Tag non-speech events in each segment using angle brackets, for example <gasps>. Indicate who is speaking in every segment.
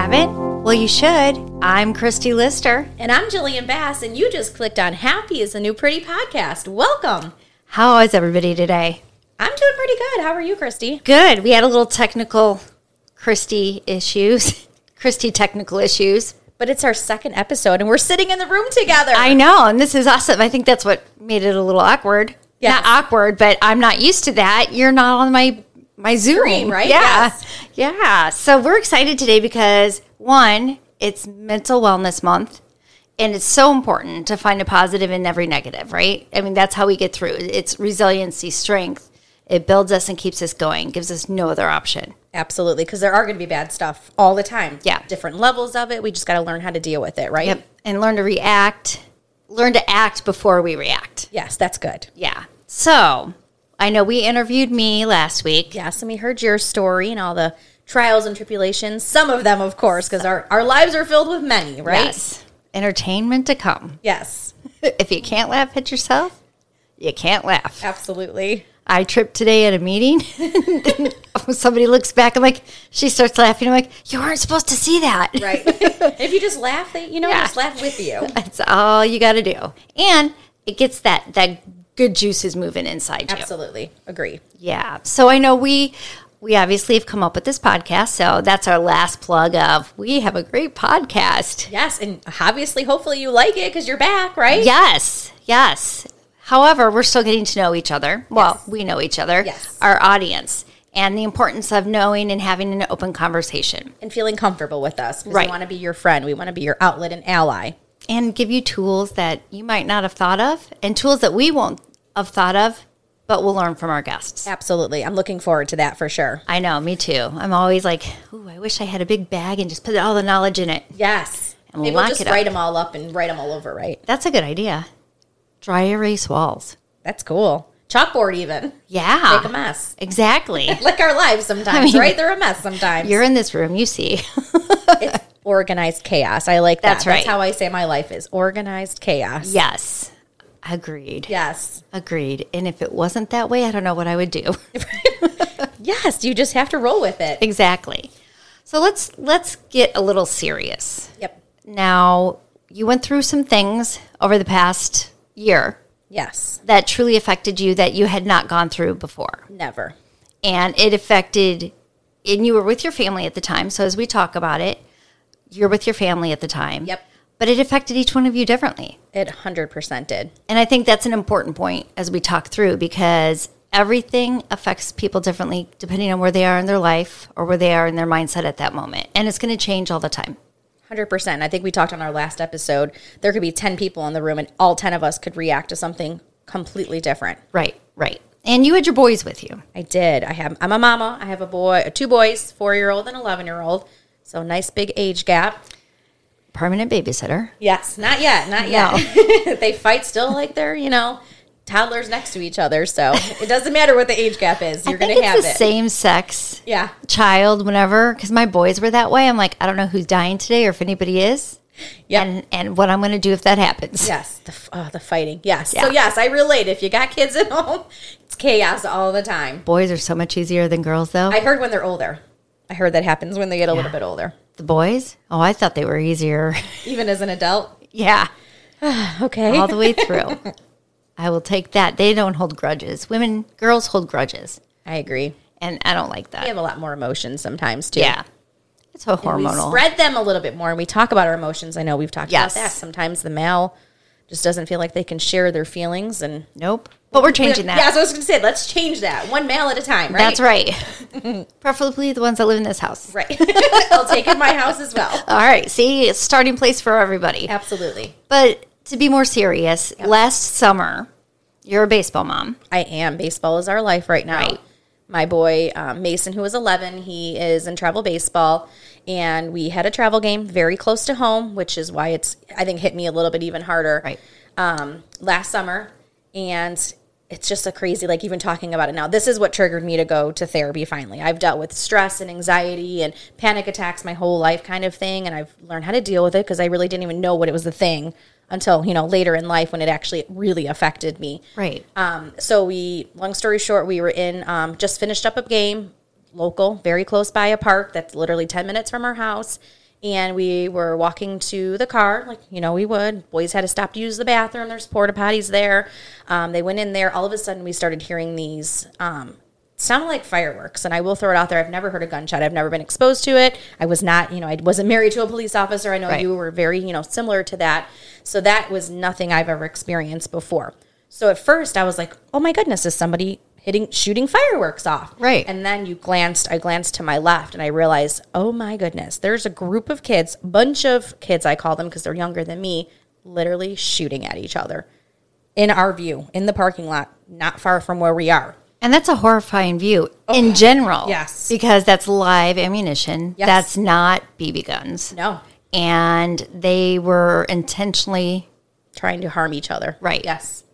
Speaker 1: Well, you should. I'm Christy Lister.
Speaker 2: And I'm Jillian Bass, and you just clicked on Happy is a New Pretty podcast. Welcome.
Speaker 1: How is everybody today?
Speaker 2: I'm doing pretty good. How are you, Christy?
Speaker 1: Good. We had a little technical Christy issues. <laughs> Christy technical issues.
Speaker 2: But it's our second episode, and we're sitting in the room together.
Speaker 1: I know, and this is awesome. I think that's what made it a little awkward.
Speaker 2: Yes.
Speaker 1: Not awkward, but I'm not used to that. You're not on my my Zoom,
Speaker 2: Screen, right?
Speaker 1: Yeah.
Speaker 2: Yes.
Speaker 1: Yeah. So we're excited today because one, it's mental wellness month. And it's so important to find a positive in every negative, right? I mean, that's how we get through. It's resiliency, strength. It builds us and keeps us going, gives us no other option.
Speaker 2: Absolutely, because there are going to be bad stuff all the time.
Speaker 1: Yeah.
Speaker 2: Different levels of it. We just got to learn how to deal with it, right?
Speaker 1: Yep. And learn to react, learn to act before we react.
Speaker 2: Yes, that's good.
Speaker 1: Yeah. So I know we interviewed me last week.
Speaker 2: Yes, and we heard your story and all the trials and tribulations. Some of them, of course, because our, our lives are filled with many, right?
Speaker 1: Yes. Entertainment to <laughs> come.
Speaker 2: Yes,
Speaker 1: if you can't laugh at yourself, you can't laugh.
Speaker 2: absolutely. <laughs>
Speaker 1: I tripped today at a meeting. <laughs> Somebody looks back. I'm like, she starts laughing. I'm like, you weren't supposed to see that.
Speaker 2: Right. if you just laugh, they, you know,
Speaker 1: Yeah.
Speaker 2: just laugh with you.
Speaker 1: <laughs> That's all you got to do. And it gets that that good juices moving inside you.
Speaker 2: Absolutely. Agree.
Speaker 1: Yeah. So I know we we obviously have come up with this podcast. So that's our last plug of we have a great podcast.
Speaker 2: Yes, and obviously, hopefully, you like it because you're back, right?
Speaker 1: Yes. Yes. However, we're still getting to know each other. Well, we know each other.
Speaker 2: Yes.
Speaker 1: Our audience and the importance of knowing and having an open conversation
Speaker 2: And feeling comfortable with us. 'cause
Speaker 1: Right.
Speaker 2: We want to be your friend. We want to be your outlet and ally.
Speaker 1: and give you tools that you might not have thought of and tools that we won't have thought of, but we'll learn from our guests.
Speaker 2: Absolutely. I'm looking forward to that for sure.
Speaker 1: I know, me too. I'm always like, ooh, I wish I had a big bag and just put all the knowledge in it.
Speaker 2: Yes.
Speaker 1: And
Speaker 2: Maybe we'll
Speaker 1: lock
Speaker 2: just
Speaker 1: it up.
Speaker 2: write them all up and write them all over, right?
Speaker 1: That's a good idea. Dry erase walls.
Speaker 2: That's cool. Chalkboard, even.
Speaker 1: Yeah.
Speaker 2: Make a mess.
Speaker 1: Exactly.
Speaker 2: <laughs> Like our lives sometimes,
Speaker 1: mean,
Speaker 2: right? They're a mess sometimes.
Speaker 1: You're in this room, you see.
Speaker 2: it's organized chaos. I like that.
Speaker 1: That's right.
Speaker 2: That's how I say my life is organized chaos.
Speaker 1: yes. Agreed.
Speaker 2: Yes.
Speaker 1: Agreed. And if it wasn't that way, I don't know what I would do. <laughs>
Speaker 2: Yes. You just have to roll with it.
Speaker 1: exactly. So let's let's get a little serious.
Speaker 2: Yep.
Speaker 1: Now, you went through some things over the past year
Speaker 2: Yes.
Speaker 1: that truly affected you that you had not gone through before.
Speaker 2: Never.
Speaker 1: And it affected and you were with your family at the time, so as we talk about it, you're with your family at the time.
Speaker 2: Yep.
Speaker 1: But it affected each one of you differently.
Speaker 2: It 100% did.
Speaker 1: And I think that's an important point as we talk through because everything affects people differently depending on where they are in their life or where they are in their mindset at that moment. And it's going to change all the time.
Speaker 2: Hundred percent. I think we talked on our last episode. There could be ten people in the room, and all ten of us could react to something completely different.
Speaker 1: Right, right. And you had your boys with you.
Speaker 2: I did. I have. I'm a mama. I have a boy, uh, two boys, four year old and eleven year old. So nice big age gap.
Speaker 1: Permanent babysitter.
Speaker 2: Yes, not yet, not yet. <laughs> they fight still like they're you know toddlers next to each other. So it doesn't matter what the age gap is. You're
Speaker 1: I think
Speaker 2: gonna
Speaker 1: it's
Speaker 2: have
Speaker 1: the
Speaker 2: it.
Speaker 1: same sex
Speaker 2: Yeah.
Speaker 1: child whenever because my boys were that way. I'm like, I don't know who's dying today or if anybody is.
Speaker 2: Yeah.
Speaker 1: And and what I'm going to do if that happens.
Speaker 2: Yes, the, f- oh, the fighting. Yes.
Speaker 1: Yeah.
Speaker 2: So yes, I relate. If you got kids at <laughs> home, it's chaos all the time.
Speaker 1: Boys are so much easier than girls, though.
Speaker 2: I heard when they're older. I heard that happens when they get a little bit older.
Speaker 1: the boys? Oh, I thought they were easier. <laughs>
Speaker 2: even as an adult.
Speaker 1: yeah.
Speaker 2: Okay.
Speaker 1: all the way through. I will take that. They don't hold grudges. Women, girls hold grudges,
Speaker 2: I agree.
Speaker 1: and I don't like
Speaker 2: We
Speaker 1: that.
Speaker 2: have a lot more emotions sometimes too.
Speaker 1: Yeah, it's a
Speaker 2: We
Speaker 1: hormonal.
Speaker 2: spread them a little bit more and we talk about our emotions. I know we've talked
Speaker 1: Yes.
Speaker 2: about that. Sometimes the male just doesn't feel like they can share their feelings and
Speaker 1: nope, but we're changing that.
Speaker 2: Yeah, so I was gonna say, let's change that. One male at a time, right?
Speaker 1: That's right.
Speaker 2: <laughs>
Speaker 1: Preferably the ones that live in this house.
Speaker 2: Right. <laughs> I'll take in my house as well.
Speaker 1: All right. See, it's starting place for everybody.
Speaker 2: Absolutely.
Speaker 1: But to be more serious, last summer, you're a baseball mom.
Speaker 2: I am. Baseball is our life right now.
Speaker 1: Right.
Speaker 2: My boy um, Mason, who is 11, he is in travel baseball, and we had a travel game very close to home, which is why it's I think hit me a little bit even harder.
Speaker 1: Right.
Speaker 2: Um, last summer, and it's just a crazy like even talking about it now. This is what triggered me to go to therapy. Finally, I've dealt with stress and anxiety and panic attacks my whole life, kind of thing, and I've learned how to deal with it because I really didn't even know what it was the thing until you know later in life when it actually really affected me.
Speaker 1: Right.
Speaker 2: Um, so we, long story short, we were in, um, just finished up a game, local, very close by a park that's literally 10 minutes from our house. and we were walking to the car, like you know we would. Boys had to stop to use the bathroom. There's porta potties there. Um, they went in there. All of a sudden, we started hearing these um, sounded like fireworks. And I will throw it out there. I've never heard a gunshot. I've never been exposed to it. I was not, you know, I wasn't married to a police officer. I know
Speaker 1: Right.
Speaker 2: you were very, you know, similar to that. So that was nothing I've ever experienced before. So at first I was like, oh my goodness, is somebody hitting shooting fireworks off?
Speaker 1: Right.
Speaker 2: And then you glanced, I glanced to my left and I realized, oh my goodness, there's a group of kids, bunch of kids I call them because they're younger than me, literally shooting at each other in our view, in the parking lot, not far from where we are.
Speaker 1: And that's a horrifying view in general.
Speaker 2: Oh, yes.
Speaker 1: Because that's live ammunition.
Speaker 2: Yes.
Speaker 1: That's not BB guns.
Speaker 2: No.
Speaker 1: And they were intentionally
Speaker 2: trying to harm each other.
Speaker 1: Right.
Speaker 2: Yes.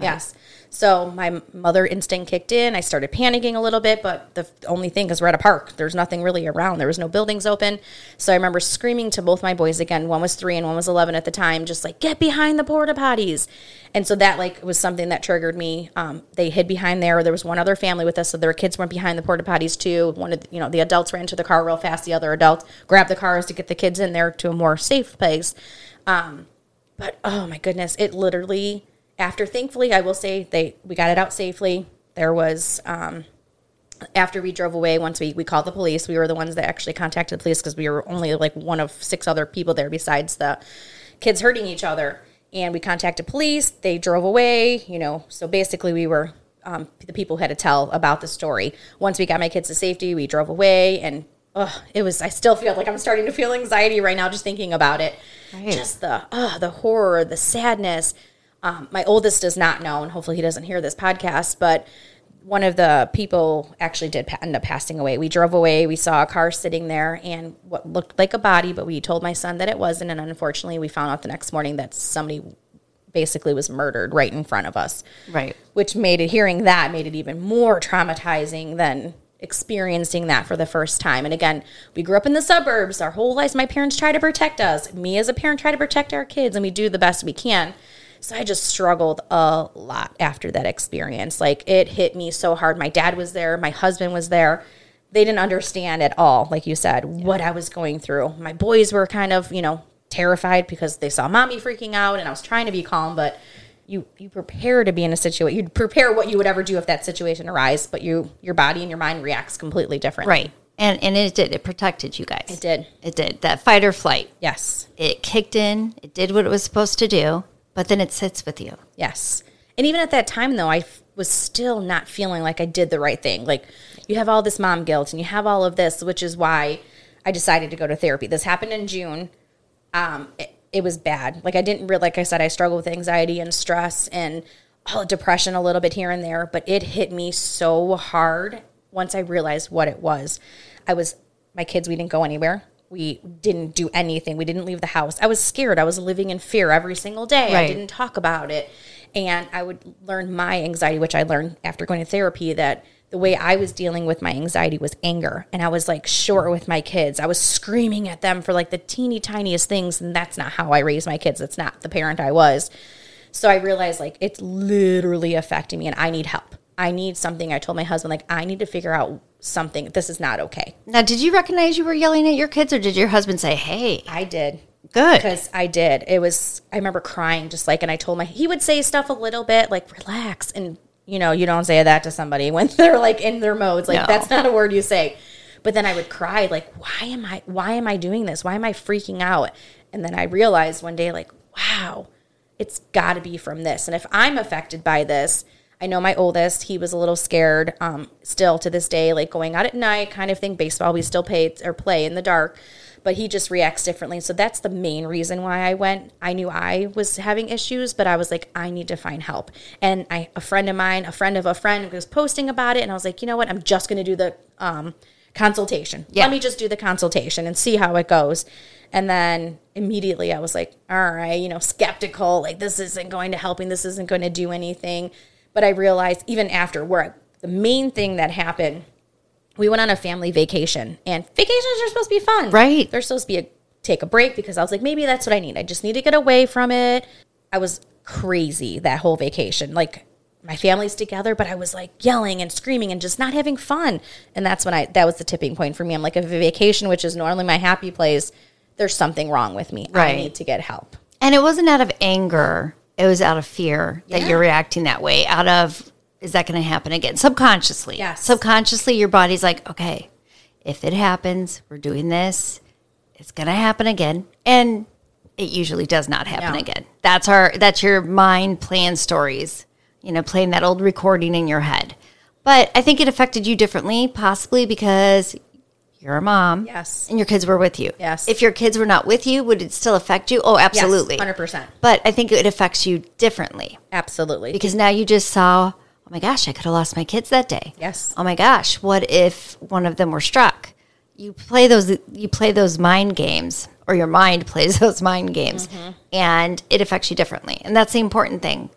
Speaker 2: Yes. So my mother instinct kicked in. I started panicking a little bit, but the only thing is we're at a park. There's nothing really around. There was no buildings open. So I remember screaming to both my boys again. One was three and one was 11 at the time, just like, get behind the porta potties. And so that like was something that triggered me. Um, they hid behind there. There was one other family with us. So their kids went behind the porta potties too. One of, the, you know, the adults ran to the car real fast. The other adult grabbed the cars to get the kids in there to a more safe place. But oh my goodness, it literally after thankfully I will say they we got it out safely. There was um after we drove away once we we called the police. We were the ones that actually contacted the police because we were only like one of six other people there besides the kids hurting each other. And we contacted police. They drove away, you know. So basically we were um, the people who had to tell about the story. Once we got my kids to safety, we drove away and oh, it was I still feel like I'm starting to feel anxiety right now just thinking about it
Speaker 1: Right.
Speaker 2: just the uh, the horror, the sadness. Um, my oldest does not know, and hopefully he doesn't hear this podcast. But one of the people actually did pa- end up passing away. We drove away. We saw a car sitting there, and what looked like a body, but we told my son that it wasn't. And unfortunately, we found out the next morning that somebody basically was murdered right in front of us
Speaker 1: right.
Speaker 2: which made it hearing that made it even more traumatizing than experiencing that for the first time. And again, we grew up in the suburbs. Our whole lives, my parents try to protect us. Me as a parent try to protect our kids, and we do the best we can. So I just struggled a lot after that experience. Like it hit me so hard. My dad was there, my husband was there. They didn't understand at all, like you said, what I was going through. My boys were kind of, you know, terrified because they saw mommy freaking out and I was trying to be calm, but you you prepare to be in a situation you prepare what you would ever do if that situation arise but you your body and your mind reacts completely differently
Speaker 1: Right. And and it did. It protected you guys.
Speaker 2: it did
Speaker 1: It did. That fight or flight.
Speaker 2: yes
Speaker 1: It kicked in. It did what it was supposed to do, but then it sits with you.
Speaker 2: yes and even at that time though I f- was still not feeling like i did the right thing like you have all this mom guilt and you have all of this which is why i decided to go to therapy this happened in june um, it, it was bad. Like I didn't really, like I said, I struggled with anxiety and stress and oh, depression a little bit here and there, but it hit me so hard once I realized what it was. I was, my kids, we didn't go anywhere. We didn't do anything. We didn't leave the house. I was scared. I was living in fear every single day. I
Speaker 1: Right.
Speaker 2: didn't talk about it. And I would learn my anxiety, which I learned after going to therapy, that the way I was dealing with my anxiety was anger. And I was like short with my kids. I was screaming at them for like the teeny tiniest things. And that's not how I raised my kids. That's not the parent I was. So I realized like it's literally affecting me and I need help. I need something. I told my husband, like, I need to figure out something. This is not okay.
Speaker 1: Now, did you recognize you were yelling at your kids, or did your husband say, "Hey,
Speaker 2: I did.
Speaker 1: good"?
Speaker 2: because I did. It was I remember crying just like, and I told my he would say stuff a little bit like relax, and you know you don't say that to somebody <laughs> when they're like in their modes. Like
Speaker 1: No.
Speaker 2: that's not a word you say. But then I would cry like, why am I? Why am I doing this? Why am I freaking out? And then I realized one day like, wow, it's got to be from this. And if I'm affected by this. I know my oldest, he was a little scared um, still to this day, like going out at night kind of thing. Baseball, we still play or play in the dark but he just reacts differently. So that's the main reason why I went. I knew I was having issues, but I was like, I need to find help. And I, a friend of mine, a friend of a friend, was posting about it, and I was like, you know what? I'm just going to do the um, consultation.
Speaker 1: Yeah.
Speaker 2: Let me just do the consultation and see how it goes. And then immediately I was like, all right, you know, skeptical, like this isn't going to help me. This isn't going to do anything. But I realized even after where I- the main thing that happened we went on a family vacation and vacations are supposed to be fun
Speaker 1: Right.
Speaker 2: they're supposed to be a take a break because i was like maybe that's what i need i just need to get away from it i was crazy that whole vacation like my family's together but i was like yelling and screaming and just not having fun and that's when i that was the tipping point for me i'm like if a vacation which is normally my happy place there's something wrong with me. I
Speaker 1: Right.
Speaker 2: need to get help.
Speaker 1: And it wasn't out of anger. It was out of fear that you're reacting that way. Out of is that going to happen again? Subconsciously.
Speaker 2: Yes.
Speaker 1: Subconsciously your body's like, "Okay, if it happens, we're doing this. It's going to happen again." And it usually does not happen
Speaker 2: No.
Speaker 1: again. That's our that's your mind playing stories, you know, playing that old recording in your head. But I think it affected you differently possibly because you're a mom.
Speaker 2: Yes.
Speaker 1: And your kids were with you.
Speaker 2: Yes.
Speaker 1: If your kids were not with you, would it still affect you? Oh,
Speaker 2: Yes,
Speaker 1: absolutely.
Speaker 2: 100%.
Speaker 1: But I think it affects you differently
Speaker 2: Absolutely.
Speaker 1: because now you just saw, oh my gosh, I could have lost my kids that day.
Speaker 2: Yes.
Speaker 1: Oh my gosh, what if one of them were struck? You play those you play those mind games or your mind <laughs> plays those mind games and it affects you differently. And that's the important thing.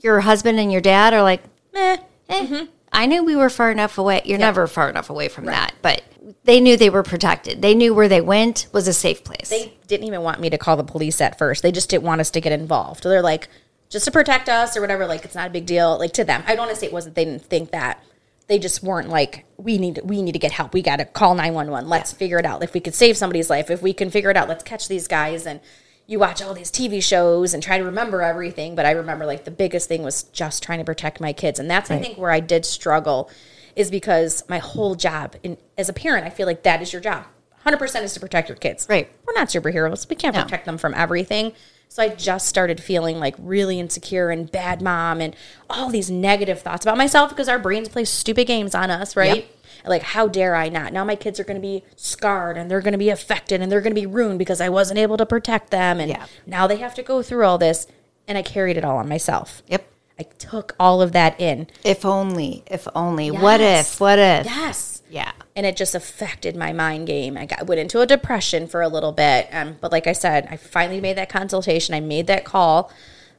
Speaker 1: Your husband and your dad are like,
Speaker 2: Meh.
Speaker 1: eh, I knew we were far enough away. You're never far enough away from that, but they knew they were protected. They knew where they went was a safe place.
Speaker 2: They didn't even want me to call the police at first. They just didn't want us to get involved. They're like, just to protect us or whatever. Like, it's not a big deal. Like to them, I don't want to say it wasn't. They didn't think that. They just weren't like, we need we need to get help. We got to call nine one one. Let's figure it out. If we could save somebody's life, if we can figure it out, let's catch these guys. And you watch all these TV shows and try to remember everything. But I remember like the biggest thing was just trying to protect my kids, and that's I think where I did struggle, is because my whole job in, as a parent, I feel like that is your job. 100% is to protect your kids
Speaker 1: Right.
Speaker 2: we're not superheroes. We can't
Speaker 1: No.
Speaker 2: protect them from everything. So I just started feeling like really insecure and bad mom and all these negative thoughts about myself because our brains play stupid games on us, right?
Speaker 1: Yep.
Speaker 2: Like, how dare I not? Now my kids are going to be scarred and they're going to be affected and they're going to be ruined because I wasn't able to protect them. And
Speaker 1: Yeah.
Speaker 2: now they have to go through all this. And I carried it all on myself.
Speaker 1: yep.
Speaker 2: I took all of that in.
Speaker 1: If only, if only. What
Speaker 2: Yes.
Speaker 1: if? What if?
Speaker 2: Yes
Speaker 1: Yeah.
Speaker 2: and it just affected my mind game. I got went into a depression for a little bit, um, but like I said, I finally made that consultation. I made that call,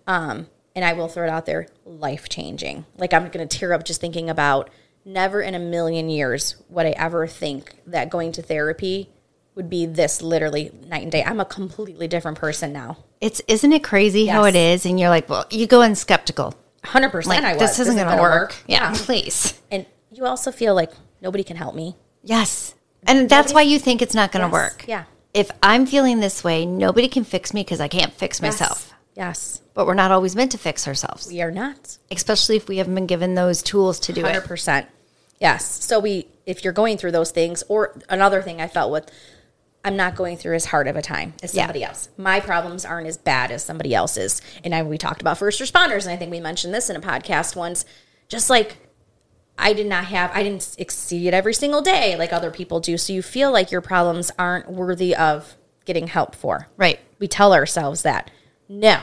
Speaker 2: um, and I will throw it out there: life changing. Like I'm going to tear up just thinking about. Never in a million years would I ever think that going to therapy would be this literally night and day. I'm a completely different person now.
Speaker 1: It's isn't it crazy how
Speaker 2: Yes.
Speaker 1: it is? And you're like, well, you go in skeptical.
Speaker 2: 100%.
Speaker 1: Like
Speaker 2: I was.
Speaker 1: this isn't, going to
Speaker 2: gonna
Speaker 1: work. Yeah, please.
Speaker 2: And you also feel like nobody can help me.
Speaker 1: Yes, and that's why you think it's not going to
Speaker 2: Yes.
Speaker 1: work.
Speaker 2: Yeah.
Speaker 1: If I'm feeling this way, nobody can fix me because I can't fix myself.
Speaker 2: Yes.
Speaker 1: But we're not always meant to fix ourselves,
Speaker 2: We are not.
Speaker 1: especially if we haven't been given those tools to do
Speaker 2: Hundred
Speaker 1: it.
Speaker 2: percent. Yes. So we, if you're going through those things, or another thing I felt with, I'm not going through as hard of a time as
Speaker 1: Yeah.
Speaker 2: somebody else. My problems aren't as bad as somebody else's. And I, we talked about first responders, and I think we mentioned this in a podcast once. Just like I did not have, I didn't exceed every single day like other people do. So you feel like your problems aren't worthy of getting help for.
Speaker 1: Right.
Speaker 2: We tell ourselves that. No,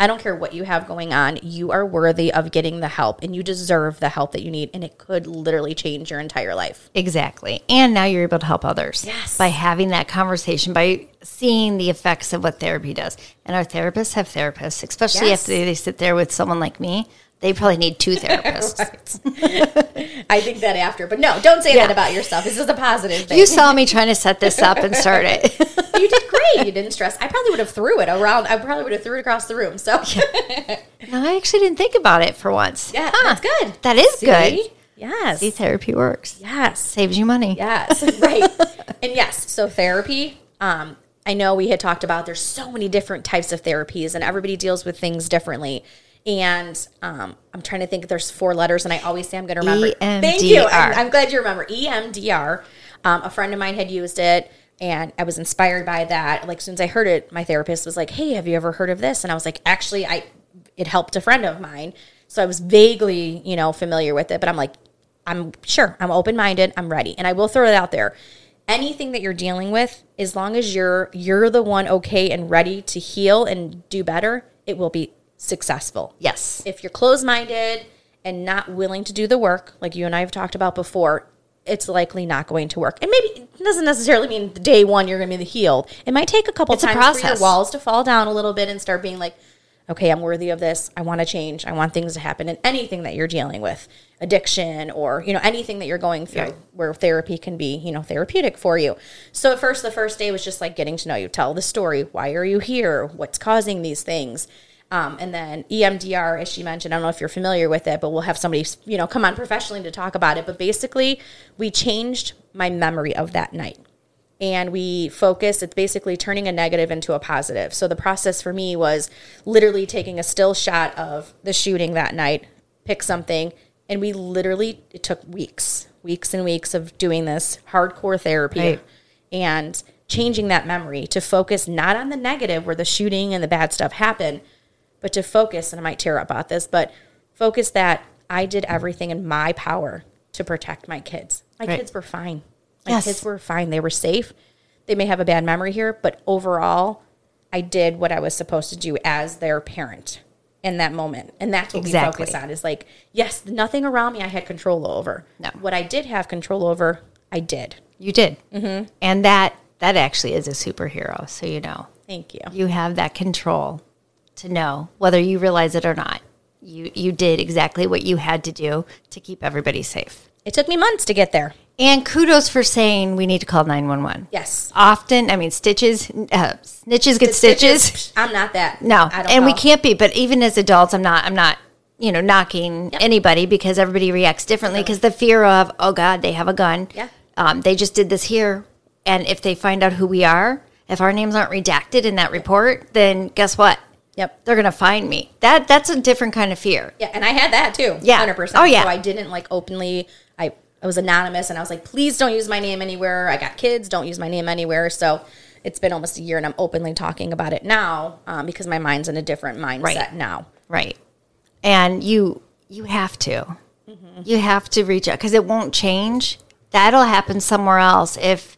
Speaker 2: I don't care what you have going on. You are worthy of getting the help and you deserve the help that you need. And it could literally change your entire life.
Speaker 1: Exactly. And now you're able to help others
Speaker 2: Yes.
Speaker 1: by having that conversation, by seeing the effects of what therapy does. And our therapists have therapists, especially
Speaker 2: Yes.
Speaker 1: if they, they sit there with someone like me. They probably need
Speaker 2: <laughs>
Speaker 1: two therapists.
Speaker 2: I think that after, but no, don't say that about yourself. This is a positive thing.
Speaker 1: You saw me trying to set this up and start it.
Speaker 2: <laughs> you did great. You didn't stress. I probably would have threw it around. I probably would have threw it across the room. So
Speaker 1: No, I actually didn't think about it for once.
Speaker 2: yeah,
Speaker 1: Huh.
Speaker 2: that's good.
Speaker 1: That is good.
Speaker 2: See? <laughs> Yes.
Speaker 1: See, therapy works.
Speaker 2: Yes.
Speaker 1: Saves you money.
Speaker 2: Yes, right. <laughs> and yes, so therapy. Um, I know we had talked about there's so many different types of therapies, and everybody deals with things differently. And um, I'm trying to think. There's four letters, and I always say I'm going to remember. Thank you.
Speaker 1: EMDR.
Speaker 2: I'm, I'm glad you remember E EMDR. Um, a friend of mine had used it, and I was inspired by that. Like as soon as I heard it, my therapist was like, "Hey, have you ever heard of this?" And I was like, "Actually, I it helped a friend of mine." So I was vaguely, you know, familiar with it, but I'm like, I'm sure I'm open minded. I'm ready. And I will throw it out there. Anything that you're dealing with, as long as you're you're the one okay and ready to heal and do better, it will be successful.
Speaker 1: Yes.
Speaker 2: If you're closed minded and not willing to do the work, like you and I have talked about before, it's likely not going to work. And maybe it doesn't necessarily mean the day one you're going to be healed. It might take a couple
Speaker 1: a
Speaker 2: times for your
Speaker 1: process.
Speaker 2: walls to fall down a little bit and start being like, okay, I'm worthy of this. I want to change. I want things to happen in anything that you're dealing with, addiction or, you know, anything that you're going through
Speaker 1: Right.
Speaker 2: where therapy can be, you know, therapeutic for you. So at first, the first day was just like getting to know you, tell the story. Why are you here? What's causing these things? Um, and then EMDR, as she mentioned, I don't know if you're familiar with it, but we'll have somebody, you know, come on professionally to talk about it. But basically, we changed my memory of that night and we focus. It's basically turning a negative into a positive. So the process for me was literally taking a still shot of the shooting that night, pick something, and we literally, it took weeks, weeks and weeks of doing this hardcore therapy
Speaker 1: Right.
Speaker 2: and changing that memory to focus not on the negative where the shooting and the bad stuff happened, but to focus, and I might tear up about this, but focus that I did everything in my power to protect my kids. My
Speaker 1: Right.
Speaker 2: kids were fine. My
Speaker 1: Yes.
Speaker 2: kids were fine. They were safe. They may have a bad memory here, but overall, I did what I was supposed to do as their parent in that moment. And that's what we focus
Speaker 1: Exactly.
Speaker 2: on is like, yes, nothing around me I had control over.
Speaker 1: No.
Speaker 2: What I did have control over, I did.
Speaker 1: You did.
Speaker 2: Mm-hmm.
Speaker 1: And that that actually is a superhero. So you know,
Speaker 2: Thank you.
Speaker 1: you have that control to know whether you realize it or not. You you did exactly what you had to do to keep everybody safe.
Speaker 2: It took me months to get there.
Speaker 1: And kudos for saying we need to call 911.
Speaker 2: Yes.
Speaker 1: Often, I mean, stitches, uh, snitches get stitches. <laughs>
Speaker 2: I'm not that.
Speaker 1: No,
Speaker 2: I don't
Speaker 1: and we
Speaker 2: know.
Speaker 1: can't be. But even as adults, I'm not. I'm not. You know, knocking anybody because everybody reacts differently. Because the fear of, oh God, they have a gun.
Speaker 2: Yeah.
Speaker 1: Um, they just did this here, and if they find out who we are, if our names aren't redacted in that report, then guess what?
Speaker 2: Yep.
Speaker 1: They're gonna find me. That that's a different kind of fear.
Speaker 2: Yeah, and I had that too.
Speaker 1: Yeah.
Speaker 2: hundred percent.
Speaker 1: Oh, yeah.
Speaker 2: So I didn't like openly. I I was anonymous, and I was like, please don't use my name anywhere. I got kids. Don't use my name anywhere. So it's been almost a year, and I'm openly talking about it now um, because my mind's in a different mindset
Speaker 1: Right.
Speaker 2: now.
Speaker 1: Right. And you you have to.
Speaker 2: Mm-hmm.
Speaker 1: You have to reach out because it won't change. That'll happen somewhere else if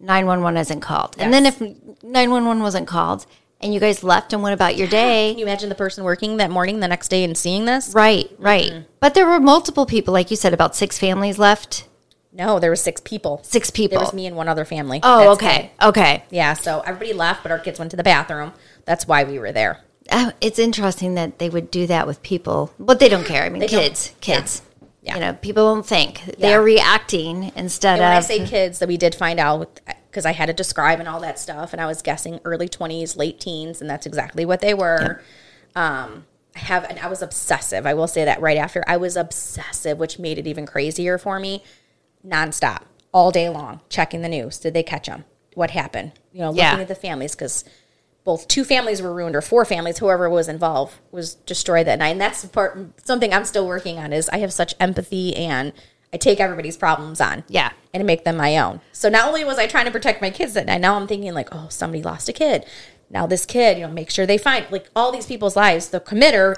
Speaker 1: 911 isn't called. And then if 911 wasn't called and you guys left and went about
Speaker 2: <gasps>
Speaker 1: your
Speaker 2: Can
Speaker 1: day.
Speaker 2: you imagine the person working that morning, the next day, and seeing this?
Speaker 1: right, right.
Speaker 2: Mm-hmm.
Speaker 1: But there were multiple people like you said about 6 families left.
Speaker 2: No, there were six people.
Speaker 1: 6 people.
Speaker 2: There was me and one other family.
Speaker 1: oh,
Speaker 2: That's it.
Speaker 1: okay. Okay.
Speaker 2: Yeah, so everybody left, but our kids went to the bathroom. That's why we were there.
Speaker 1: Uh, it's interesting that they would do that with people, but they don't care. I mean,
Speaker 2: don't.
Speaker 1: kids, kids.
Speaker 2: Yeah.
Speaker 1: You know, people won't think.
Speaker 2: Yeah.
Speaker 1: They're reacting instead
Speaker 2: And when I
Speaker 1: of
Speaker 2: say kids, that we did find out because I had to describe and all that stuff, and I was guessing early twenties, late teens, and that's exactly what they were. Um, I have, and I was obsessive. I will say that right after I was obsessive, which made it even crazier for me, nonstop, all day long, checking the news. Did they catch them? What happened? You know, looking
Speaker 1: Yeah.
Speaker 2: at the families because both two families were ruined or four families whoever was involved was destroyed that night and that's the part something i'm still working on is i have such empathy and i take everybody's problems on
Speaker 1: Yeah.
Speaker 2: and make them my own so not only was i trying to protect my kids that night now i'm thinking like oh somebody lost a kid now this kid you know make sure they find like all these people's lives the committer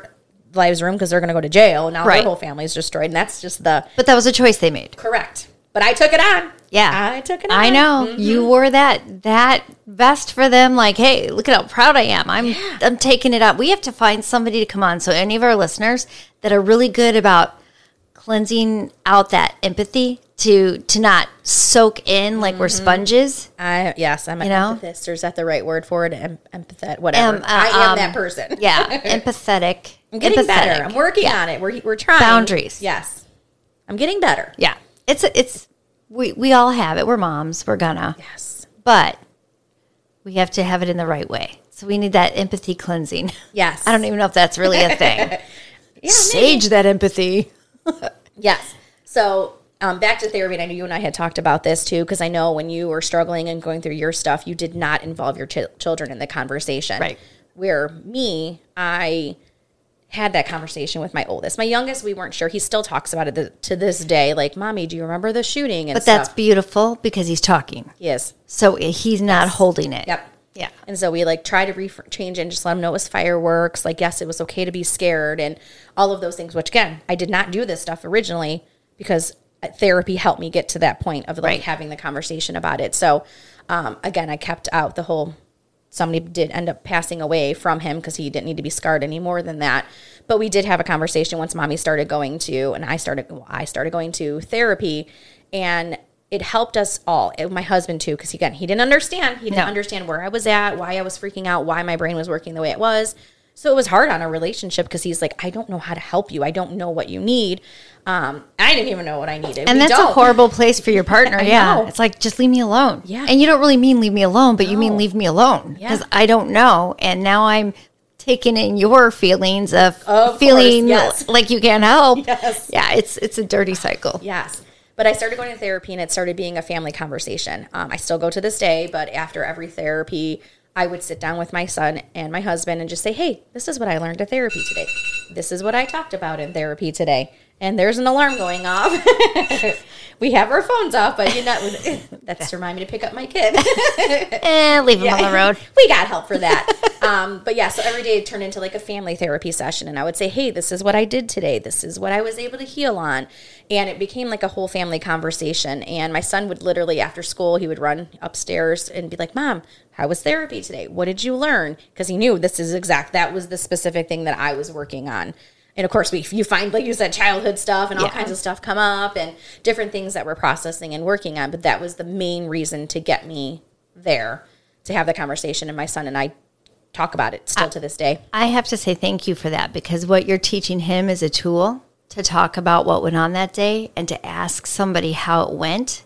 Speaker 2: lives room because they're going to go to jail and now
Speaker 1: Right.
Speaker 2: their whole family is destroyed and that's just the
Speaker 1: But that was a choice they made.
Speaker 2: correct but i took it on
Speaker 1: Yeah.
Speaker 2: i took Mm-hmm. it on
Speaker 1: I know. You wore that that vest for them like, "Hey, look at how proud I am. I'm I'm taking it up." We have to find somebody to come on. So any of our listeners that are really good about cleansing out that empathy to to not soak in like
Speaker 2: Mm-hmm.
Speaker 1: we're sponges.
Speaker 2: I yes, I'm an
Speaker 1: You know?
Speaker 2: empathist. Or is that the right word for it? Em- empathetic, whatever.
Speaker 1: Um, uh,
Speaker 2: I am
Speaker 1: um,
Speaker 2: that person. <laughs>
Speaker 1: Yeah, empathetic.
Speaker 2: I'm getting
Speaker 1: empathetic.
Speaker 2: better. I'm working on it. We're we're trying
Speaker 1: Boundaries.
Speaker 2: Yes, I'm getting better.
Speaker 1: Yeah. It's it's we we all have it. We're moms. We're gonna.
Speaker 2: Yes,
Speaker 1: But we have to have it in the right way. So we need that empathy cleansing.
Speaker 2: yes.
Speaker 1: <laughs> I don't even know if that's really a thing.
Speaker 2: <laughs> yeah, maybe.
Speaker 1: Sage that empathy.
Speaker 2: Yes. So um, back to therapy, and I know you and I had talked about this too, because I know when you were struggling and going through your stuff, you did not involve your chil children in the conversation.
Speaker 1: Right.
Speaker 2: Where me, I had that conversation with my oldest. My youngest, we weren't sure. He still talks about it th- to this day. Like, mommy, do you remember the shooting? And
Speaker 1: But that's
Speaker 2: stuff.
Speaker 1: beautiful because he's talking.
Speaker 2: he is.
Speaker 1: So he's not holding it.
Speaker 2: Yep.
Speaker 1: Yeah.
Speaker 2: And so we like try to re- change and just let them know it was fireworks. Like, yes, it was okay to be scared and all of those things, which again, I did not do this stuff originally because uh, therapy helped me get to that point of like
Speaker 1: Right.
Speaker 2: having the conversation about it. So, um, again, I kept out the whole somebody did end up passing away from him because he didn't need to be scarred any more than that. But we did have a conversation once mommy started going to, and I started, well, I started going to therapy and it helped us all. It- my husband too, because again, he didn't understand. He didn't
Speaker 1: No.
Speaker 2: understand where I was at, why I was freaking out, why my brain was working the way it was. So it was hard on a relationship because he's like, I don't know how to help you. I don't know what you need. Um, I didn't even know what I needed.
Speaker 1: And
Speaker 2: We
Speaker 1: that's a
Speaker 2: don't.
Speaker 1: horrible place
Speaker 2: <laughs>
Speaker 1: for your partner. yeah.
Speaker 2: know.
Speaker 1: It's like, just leave me alone.
Speaker 2: Yeah.
Speaker 1: And you don't really mean leave me alone, but you
Speaker 2: No.
Speaker 1: mean leave me alone because
Speaker 2: Yeah.
Speaker 1: I don't know. And now I'm taking in your feelings of,
Speaker 2: Of course,
Speaker 1: feeling
Speaker 2: yes.
Speaker 1: like you can't help.
Speaker 2: <laughs> Yes.
Speaker 1: Yeah. It's, it's a dirty cycle.
Speaker 2: <laughs> Yes. But I started going to therapy and it started being a family conversation. Um, I still go to this day, but after every therapy, I would sit down with my son and my husband and just say, hey, this is what I learned at therapy today. This is what I talked about in therapy today. And there's an alarm going off. <laughs> we have our phones off, but you know, <laughs> that's to remind me to pick up my kid. <laughs>
Speaker 1: Eh, leave him on the road.
Speaker 2: we got help for that. <laughs> um, but yeah, so every day it turned into like a family therapy session, and I would say, "Hey, this is what I did today. This is what I was able to heal on," and it became like a whole family conversation. And my son would literally after school he would run upstairs and be like, "Mom." How was therapy today? What did you learn? Because he knew this is exact. That was the specific thing that I was working on and of course we you find like you said childhood stuff and all
Speaker 1: Yeah.
Speaker 2: kinds of stuff come up and different things that we're processing and working on but that was the main reason to get me there to have the conversation and my son and i talk about it still to this day
Speaker 1: I have to say thank you for that because what you're teaching him is a tool to talk about what went on that day and to ask somebody how it went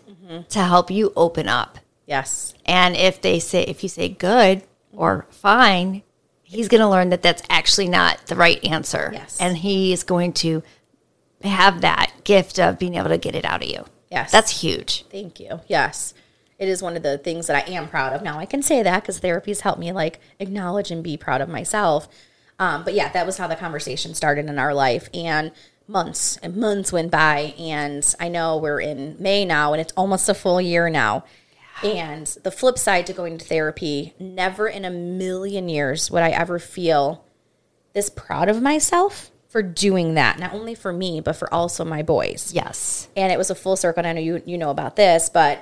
Speaker 1: to help you open up.
Speaker 2: yes
Speaker 1: And if they say, if you say good or fine, he's going to learn that that's actually not the right answer.
Speaker 2: Yes.
Speaker 1: And he is going to have that gift of being able to get it out of you.
Speaker 2: yes
Speaker 1: That's huge.
Speaker 2: thank you yes it is one of the things that i am proud of now i can say that because therapy's helped me like acknowledge and be proud of myself um, but yeah that was how the conversation started in our life and months and months went by and i know we're in may now and it's almost a full year now and the flip side to going to therapy never in a million years would i ever feel this proud of myself for doing that not only for me but for also my boys
Speaker 1: Yes.
Speaker 2: and it was a full circle. And I know you you know about this, but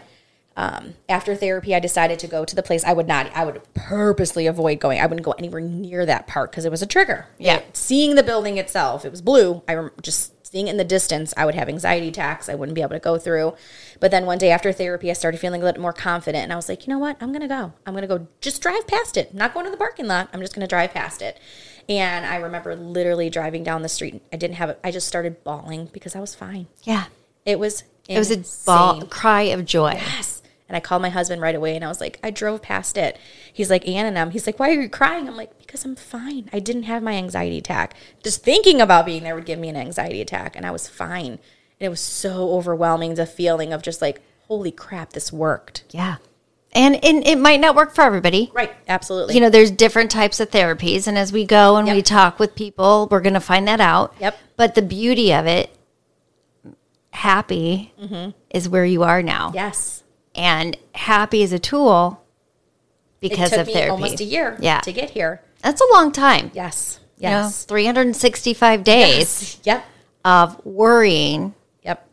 Speaker 2: um, after therapy, I decided to go to the place I would not. I would purposely avoid going. I wouldn't go anywhere near that park because it was a trigger.
Speaker 1: Yeah.
Speaker 2: It- seeing the building itself, it was blue. I rem- just seeing it in the distance, I would have anxiety attacks. I wouldn't be able to go through. But then one day after therapy, I started feeling a little more confident, and I was like, you know what? I'm gonna go. I'm gonna go. Just drive past it. not going to the parking lot. I'm just gonna drive past it. And I remember literally driving down the street. I didn't have it. I just started bawling because I was fine.
Speaker 1: Yeah.
Speaker 2: It was
Speaker 1: It was a ball, cry of joy.
Speaker 2: Yes. And I called my husband right away and I was like, I drove past it. He's like, Ann and I'm he's like, Why are you crying? I'm like, Because I'm fine. I didn't have my anxiety attack. Just thinking about being there would give me an anxiety attack and I was fine. And it was so overwhelming the feeling of just like, holy crap, this worked.
Speaker 1: Yeah. And, and it might not work for everybody.
Speaker 2: Right. Absolutely.
Speaker 1: you know there's different types of therapies and as we go and we
Speaker 2: Yep.
Speaker 1: talk with people we're going to find that out
Speaker 2: Yep.
Speaker 1: but the beauty of it happy
Speaker 2: Mm-hmm.
Speaker 1: is where you are now
Speaker 2: yes.
Speaker 1: and happy is a tool
Speaker 2: It
Speaker 1: because
Speaker 2: took
Speaker 1: of
Speaker 2: me
Speaker 1: therapy
Speaker 2: almost a year
Speaker 1: Yeah.
Speaker 2: to get here.
Speaker 1: that's a long time
Speaker 2: Yes.
Speaker 1: you know,
Speaker 2: Yes.
Speaker 1: 365 days
Speaker 2: Yep.
Speaker 1: of worrying
Speaker 2: Yep.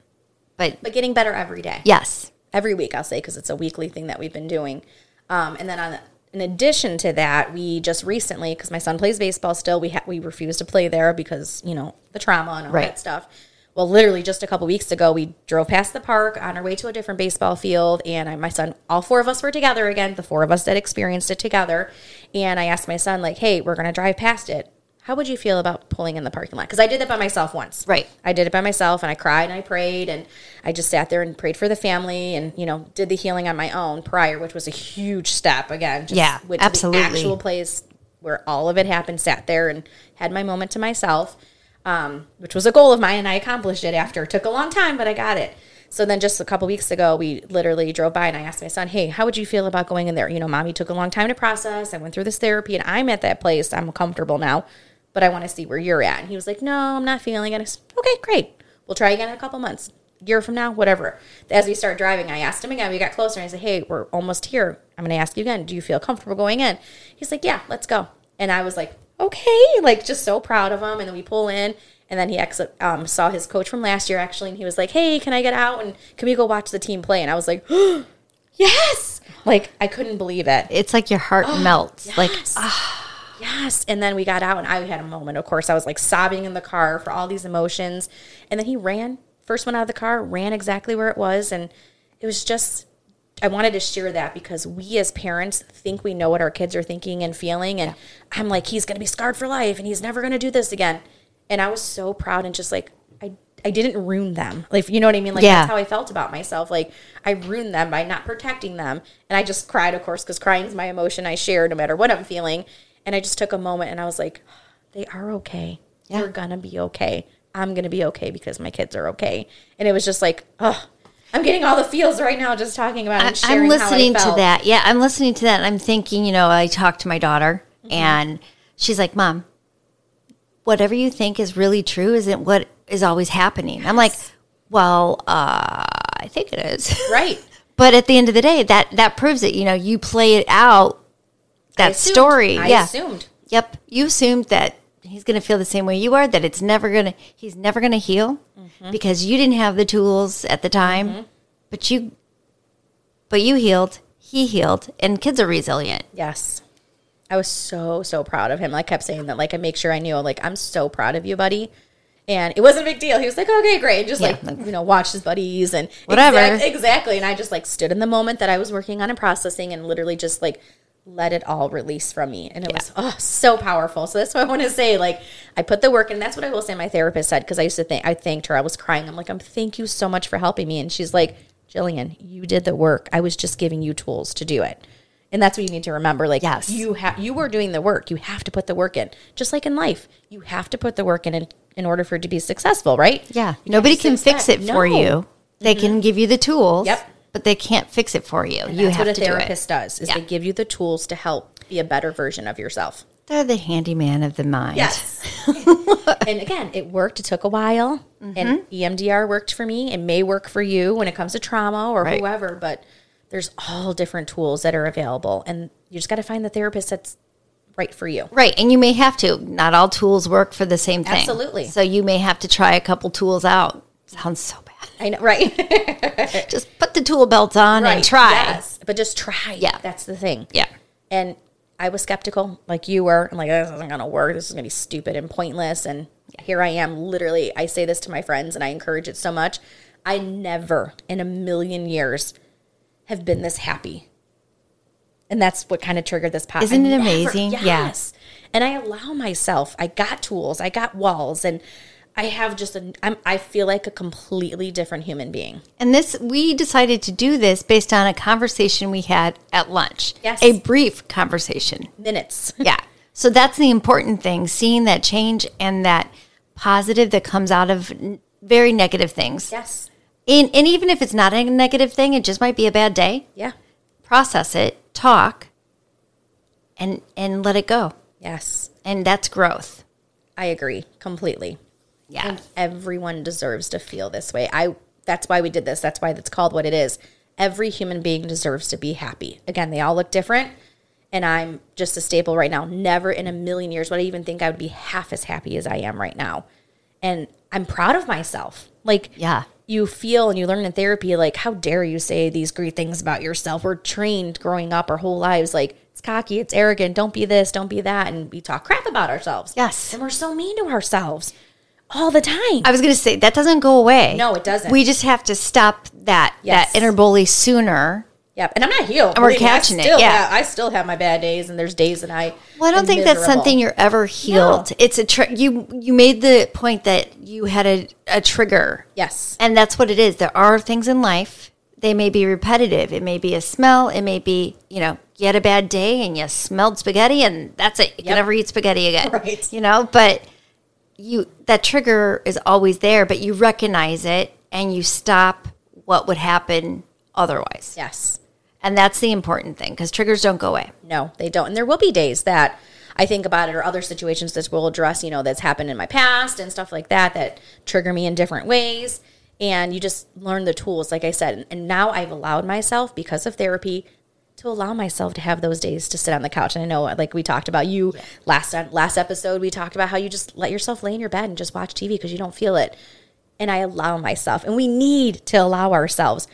Speaker 1: but
Speaker 2: But getting better every day.
Speaker 1: yes
Speaker 2: every week i'll say because it's a weekly thing that we've been doing um, and then on in addition to that we just recently because my son plays baseball still we ha- we refuse to play there because you know the trauma and all
Speaker 1: Right.
Speaker 2: that stuff well literally just a couple weeks ago we drove past the park on our way to a different baseball field and I, my son all four of us were together again the four of us that experienced it together and i asked my son like hey we're going to drive past it how would you feel about pulling in the parking lot because i did that by myself once
Speaker 1: Right.
Speaker 2: I did it by myself and I cried and I prayed and I just sat there and prayed for the family and, you know, did the healing on my own prior, which was a huge step again. Just
Speaker 1: Yeah,
Speaker 2: went to
Speaker 1: absolutely.
Speaker 2: The actual place where all of it happened, sat there and had my moment to myself, um, which was a goal of mine and I accomplished it after. It took a long time, but I got it. So then just a couple weeks ago, we literally drove by and I asked my son, Hey, how would you feel about going in there? You know, mommy took a long time to process. I went through this therapy and I'm at that place. I'm comfortable now but I want to see where you're at. And he was like, no, I'm not feeling it. I said, okay, great. We'll try again in a couple months, year from now, whatever. As we start driving, I asked him again. We got closer and I said, hey, we're almost here. I'm going to ask you again. Do you feel comfortable going in? He's like, yeah, let's go. And I was like, okay, like just so proud of him. And then we pull in. And then he ex- um, saw his coach from last year actually, and he was like, "Hey, can I get out and can we go watch the team play?" And I was like, <gasps> "Yes!" Like I couldn't believe it.
Speaker 1: it's like your heart
Speaker 2: <gasps>
Speaker 1: melts like
Speaker 2: Yes. And then we got out, and I had a moment. Of course, I was like sobbing in the car for all these emotions. And then he ran, first one out of the car, ran exactly where it was. And it was just, I wanted to share that because we as parents think we know what our kids are thinking and feeling. And I'm like, he's going to be scarred for life and he's never going to do this again. And I was so proud and just like, I, I didn't ruin them. Like, you know what I mean? Like,
Speaker 1: Yeah.
Speaker 2: that's how I felt about myself. Like, I ruined them by not protecting them. And I just cried, of course, because crying is my emotion I share no matter what I'm feeling. And I just took a moment and I was like, they are okay.
Speaker 1: Yeah.
Speaker 2: They're going to be okay. I'm going to be okay because my kids are okay. And it was just like, oh, I'm getting all the feels right now just talking about it and
Speaker 1: I, am
Speaker 2: sharing
Speaker 1: listening
Speaker 2: how I
Speaker 1: to
Speaker 2: felt.
Speaker 1: that. Yeah, I'm listening to that. And I'm thinking, you know, I talked to my daughter
Speaker 2: Mm-hmm.
Speaker 1: and she's like, Mom, whatever you think is really true isn't what is always happening. I'm like, Well, uh, I think it is. <laughs>
Speaker 2: Right.
Speaker 1: but at the end of the day, that, that proves it. You know, you play it out that
Speaker 2: Assumed.
Speaker 1: story.
Speaker 2: I
Speaker 1: yeah.
Speaker 2: assumed.
Speaker 1: Yep. You assumed that he's going to feel the same way you are, that it's never going to, he's never going to heal
Speaker 2: Mm-hmm.
Speaker 1: because you didn't have the tools at the time, but you, but you healed, he healed, and kids are resilient.
Speaker 2: Yes. I was so, so proud of him. I kept saying that, like, I make sure I knew, like, I'm so proud of you, buddy. And it wasn't a big deal. He was like, okay, great. And just,
Speaker 1: Yeah.
Speaker 2: like, you know, watched his buddies and
Speaker 1: Whatever.
Speaker 2: Exact- exactly. And I just, like, stood in the moment that I was working on and processing and literally just, like, let it all release from me. And it was oh, so powerful. So that's what I want to say. Like, I put the work in. That's what I will say my therapist said because I used to think, I thanked her. I was crying. I'm like, I'm thank you so much for helping me. And she's like, Jillian, you did the work. I was just giving you tools to do it. And that's what you need to remember. Like,
Speaker 1: Yes.
Speaker 2: you have you were doing the work. You have to put the work in, just like in life. You have to put the work in in, in order for it to be successful, right?
Speaker 1: Yeah. Nobody
Speaker 2: just
Speaker 1: can
Speaker 2: accept-
Speaker 1: fix it for
Speaker 2: No. Mm-hmm.
Speaker 1: you. They can give you the tools.
Speaker 2: Yep.
Speaker 1: But they can't fix it for you. you
Speaker 2: That's
Speaker 1: have
Speaker 2: what
Speaker 1: to
Speaker 2: a
Speaker 1: do it.
Speaker 2: therapist does. Is
Speaker 1: Yeah.
Speaker 2: they give you the tools to help be a better version of yourself.
Speaker 1: They're the handyman of the mind.
Speaker 2: <laughs> and again, it worked. It took a while,
Speaker 1: Mm-hmm.
Speaker 2: and E EMDR worked for me. It may work for you when it comes to trauma or
Speaker 1: Right.
Speaker 2: whoever. But there's all different tools that are available, and you just got to find the therapist that's right for you.
Speaker 1: Right. And you may have to. Not all tools work for the same thing.
Speaker 2: Absolutely.
Speaker 1: So you may have to try a couple tools out. Sounds so bad.
Speaker 2: I know, right? <laughs>
Speaker 1: just put the tool belt on and try.
Speaker 2: Yes, but just try.
Speaker 1: Yeah.
Speaker 2: that's the thing.
Speaker 1: Yeah.
Speaker 2: and I was skeptical, like you were. I'm like, this isn't gonna work. This is gonna be stupid and pointless. And here I am. Literally, I say this to my friends, and I encourage it so much. I never, in a million years, have been this happy. And that's what kind of triggered this podcast.
Speaker 1: Isn't it amazing? Yeah.
Speaker 2: Yes. And I allow myself. I got tools. I got walls, and I have just a. I'm, I feel like a completely different human being.
Speaker 1: And this, we decided to do this based on a conversation we had at lunch.
Speaker 2: Yes.
Speaker 1: A brief
Speaker 2: <laughs>
Speaker 1: conversation.
Speaker 2: Minutes.
Speaker 1: yeah. So that's the important thing seeing that change and that positive that comes out of n- very negative things.
Speaker 2: Yes.
Speaker 1: And, and even if it's not a negative thing, it just might be a bad day.
Speaker 2: Yeah.
Speaker 1: Process it, talk, and and let it go.
Speaker 2: Yes.
Speaker 1: And that's growth.
Speaker 2: I agree completely.
Speaker 1: Yeah.
Speaker 2: And everyone deserves to feel this way. I that's why we did this. That's why it's called what it is. Every human being deserves to be happy. Again, they all look different. And I'm just a staple right now. Never in a million years would I even think I would be half as happy as I am right now. And I'm proud of myself. Like
Speaker 1: Yeah.
Speaker 2: you feel and you learn in therapy, like, how dare you say these great things about yourself? We're trained growing up our whole lives, like, it's cocky, it's arrogant, don't be this, don't be that. And we talk crap about ourselves.
Speaker 1: Yes.
Speaker 2: And we're so mean to ourselves all the time.
Speaker 1: I was going to say that doesn't go away.
Speaker 2: No, it doesn't.
Speaker 1: We just have to stop that
Speaker 2: Yes.
Speaker 1: that inner bully sooner.
Speaker 2: yep. And I'm not healed.
Speaker 1: And we're
Speaker 2: Believe me, I
Speaker 1: catching it,
Speaker 2: still
Speaker 1: yeah.
Speaker 2: have- I still have my bad days, and there's days that I.
Speaker 1: Well, I don't
Speaker 2: am
Speaker 1: think that's
Speaker 2: miserable.
Speaker 1: something you're ever healed. It's a tr- you you made the point that you had a, a trigger.
Speaker 2: Yes.
Speaker 1: And that's what it is. There are things in life. They may be repetitive. It may be a smell. It may be, you know, you had a bad day and you smelled spaghetti and that's it. You can
Speaker 2: Yep.
Speaker 1: never eat spaghetti again.
Speaker 2: <laughs> Right.
Speaker 1: You know, but you that trigger is always there, but you recognize it and you stop what would happen otherwise.
Speaker 2: Yes.
Speaker 1: And that's the important thing because triggers don't go away.
Speaker 2: No, they don't. And there will be days that I think about it or other situations that we'll address, you know, that's happened in my past and stuff like that that trigger me in different ways. And you just learn the tools, like I said. And now I've allowed myself, because of therapy, to allow myself to have those days to sit on the couch. And I know, like we talked about you last last episode, we talked about how you just let yourself lay in your bed and just watch TV because you don't feel it. And I allow myself, and we need to allow ourselves.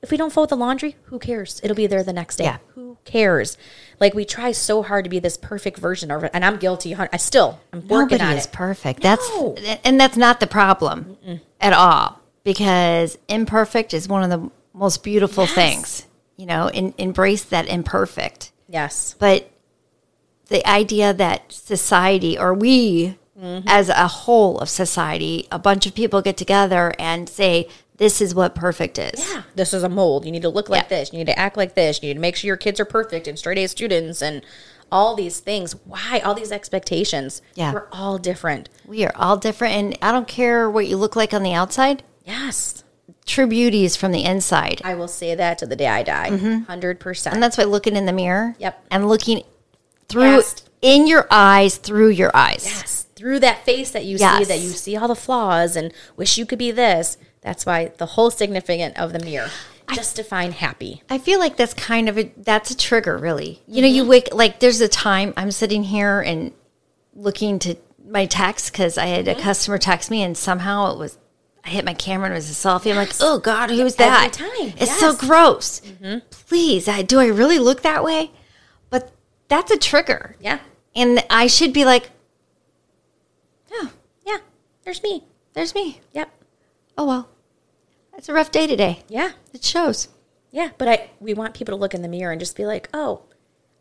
Speaker 2: If we don't fold the laundry, who cares? It'll be there the next day.
Speaker 1: Yeah.
Speaker 2: Who cares? Like we try so hard to be this perfect version of it, and I'm guilty. hun- I still I'm working
Speaker 1: Nobody
Speaker 2: on
Speaker 1: is
Speaker 2: it.
Speaker 1: perfect. That's
Speaker 2: No.
Speaker 1: and that's not the problem at all because imperfect is one of the most beautiful
Speaker 2: Yes.
Speaker 1: things. You know, and embrace that imperfect.
Speaker 2: Yes,
Speaker 1: But the idea that society or we
Speaker 2: Mm-hmm.
Speaker 1: as a whole of society, a bunch of people get together and say this is what perfect is.
Speaker 2: yeah. This is a mold. You need to look like
Speaker 1: Yeah.
Speaker 2: this. You need to act like this. You need to make sure your kids are perfect and straight A students and all these things. Why all these expectations?
Speaker 1: Yeah.
Speaker 2: we're all different.
Speaker 1: We are all different and I don't care what you look like on the outside.
Speaker 2: Yes,
Speaker 1: True beauty is from the inside.
Speaker 2: I will say that to the day I die.
Speaker 1: Mm-hmm.
Speaker 2: 100%.
Speaker 1: And that's why looking in the mirror.
Speaker 2: Yep.
Speaker 1: And looking through
Speaker 2: Past.
Speaker 1: in your eyes, through your eyes.
Speaker 2: Yes, through that face that you see
Speaker 1: Yes.
Speaker 2: that you see all the flaws and wish you could be this that's why the whole significant of the mirror just define happy
Speaker 1: I feel like that's kind of a that's a trigger, really. You know, you wake like there's a time I'm sitting here and looking to my text because I had a customer text me and somehow it was I hit my camera and it was a selfie. I'm like, oh God, who's that?
Speaker 2: time,
Speaker 1: It's so
Speaker 2: yes.
Speaker 1: gross. Please, I, do I really look that way? But that's a trigger,
Speaker 2: yeah
Speaker 1: and I should be like, oh,
Speaker 2: yeah there's me
Speaker 1: there's me.
Speaker 2: yep
Speaker 1: Oh well, that's a rough day today.
Speaker 2: yeah
Speaker 1: It shows.
Speaker 2: yeah but i we want people to look in the mirror and just be like oh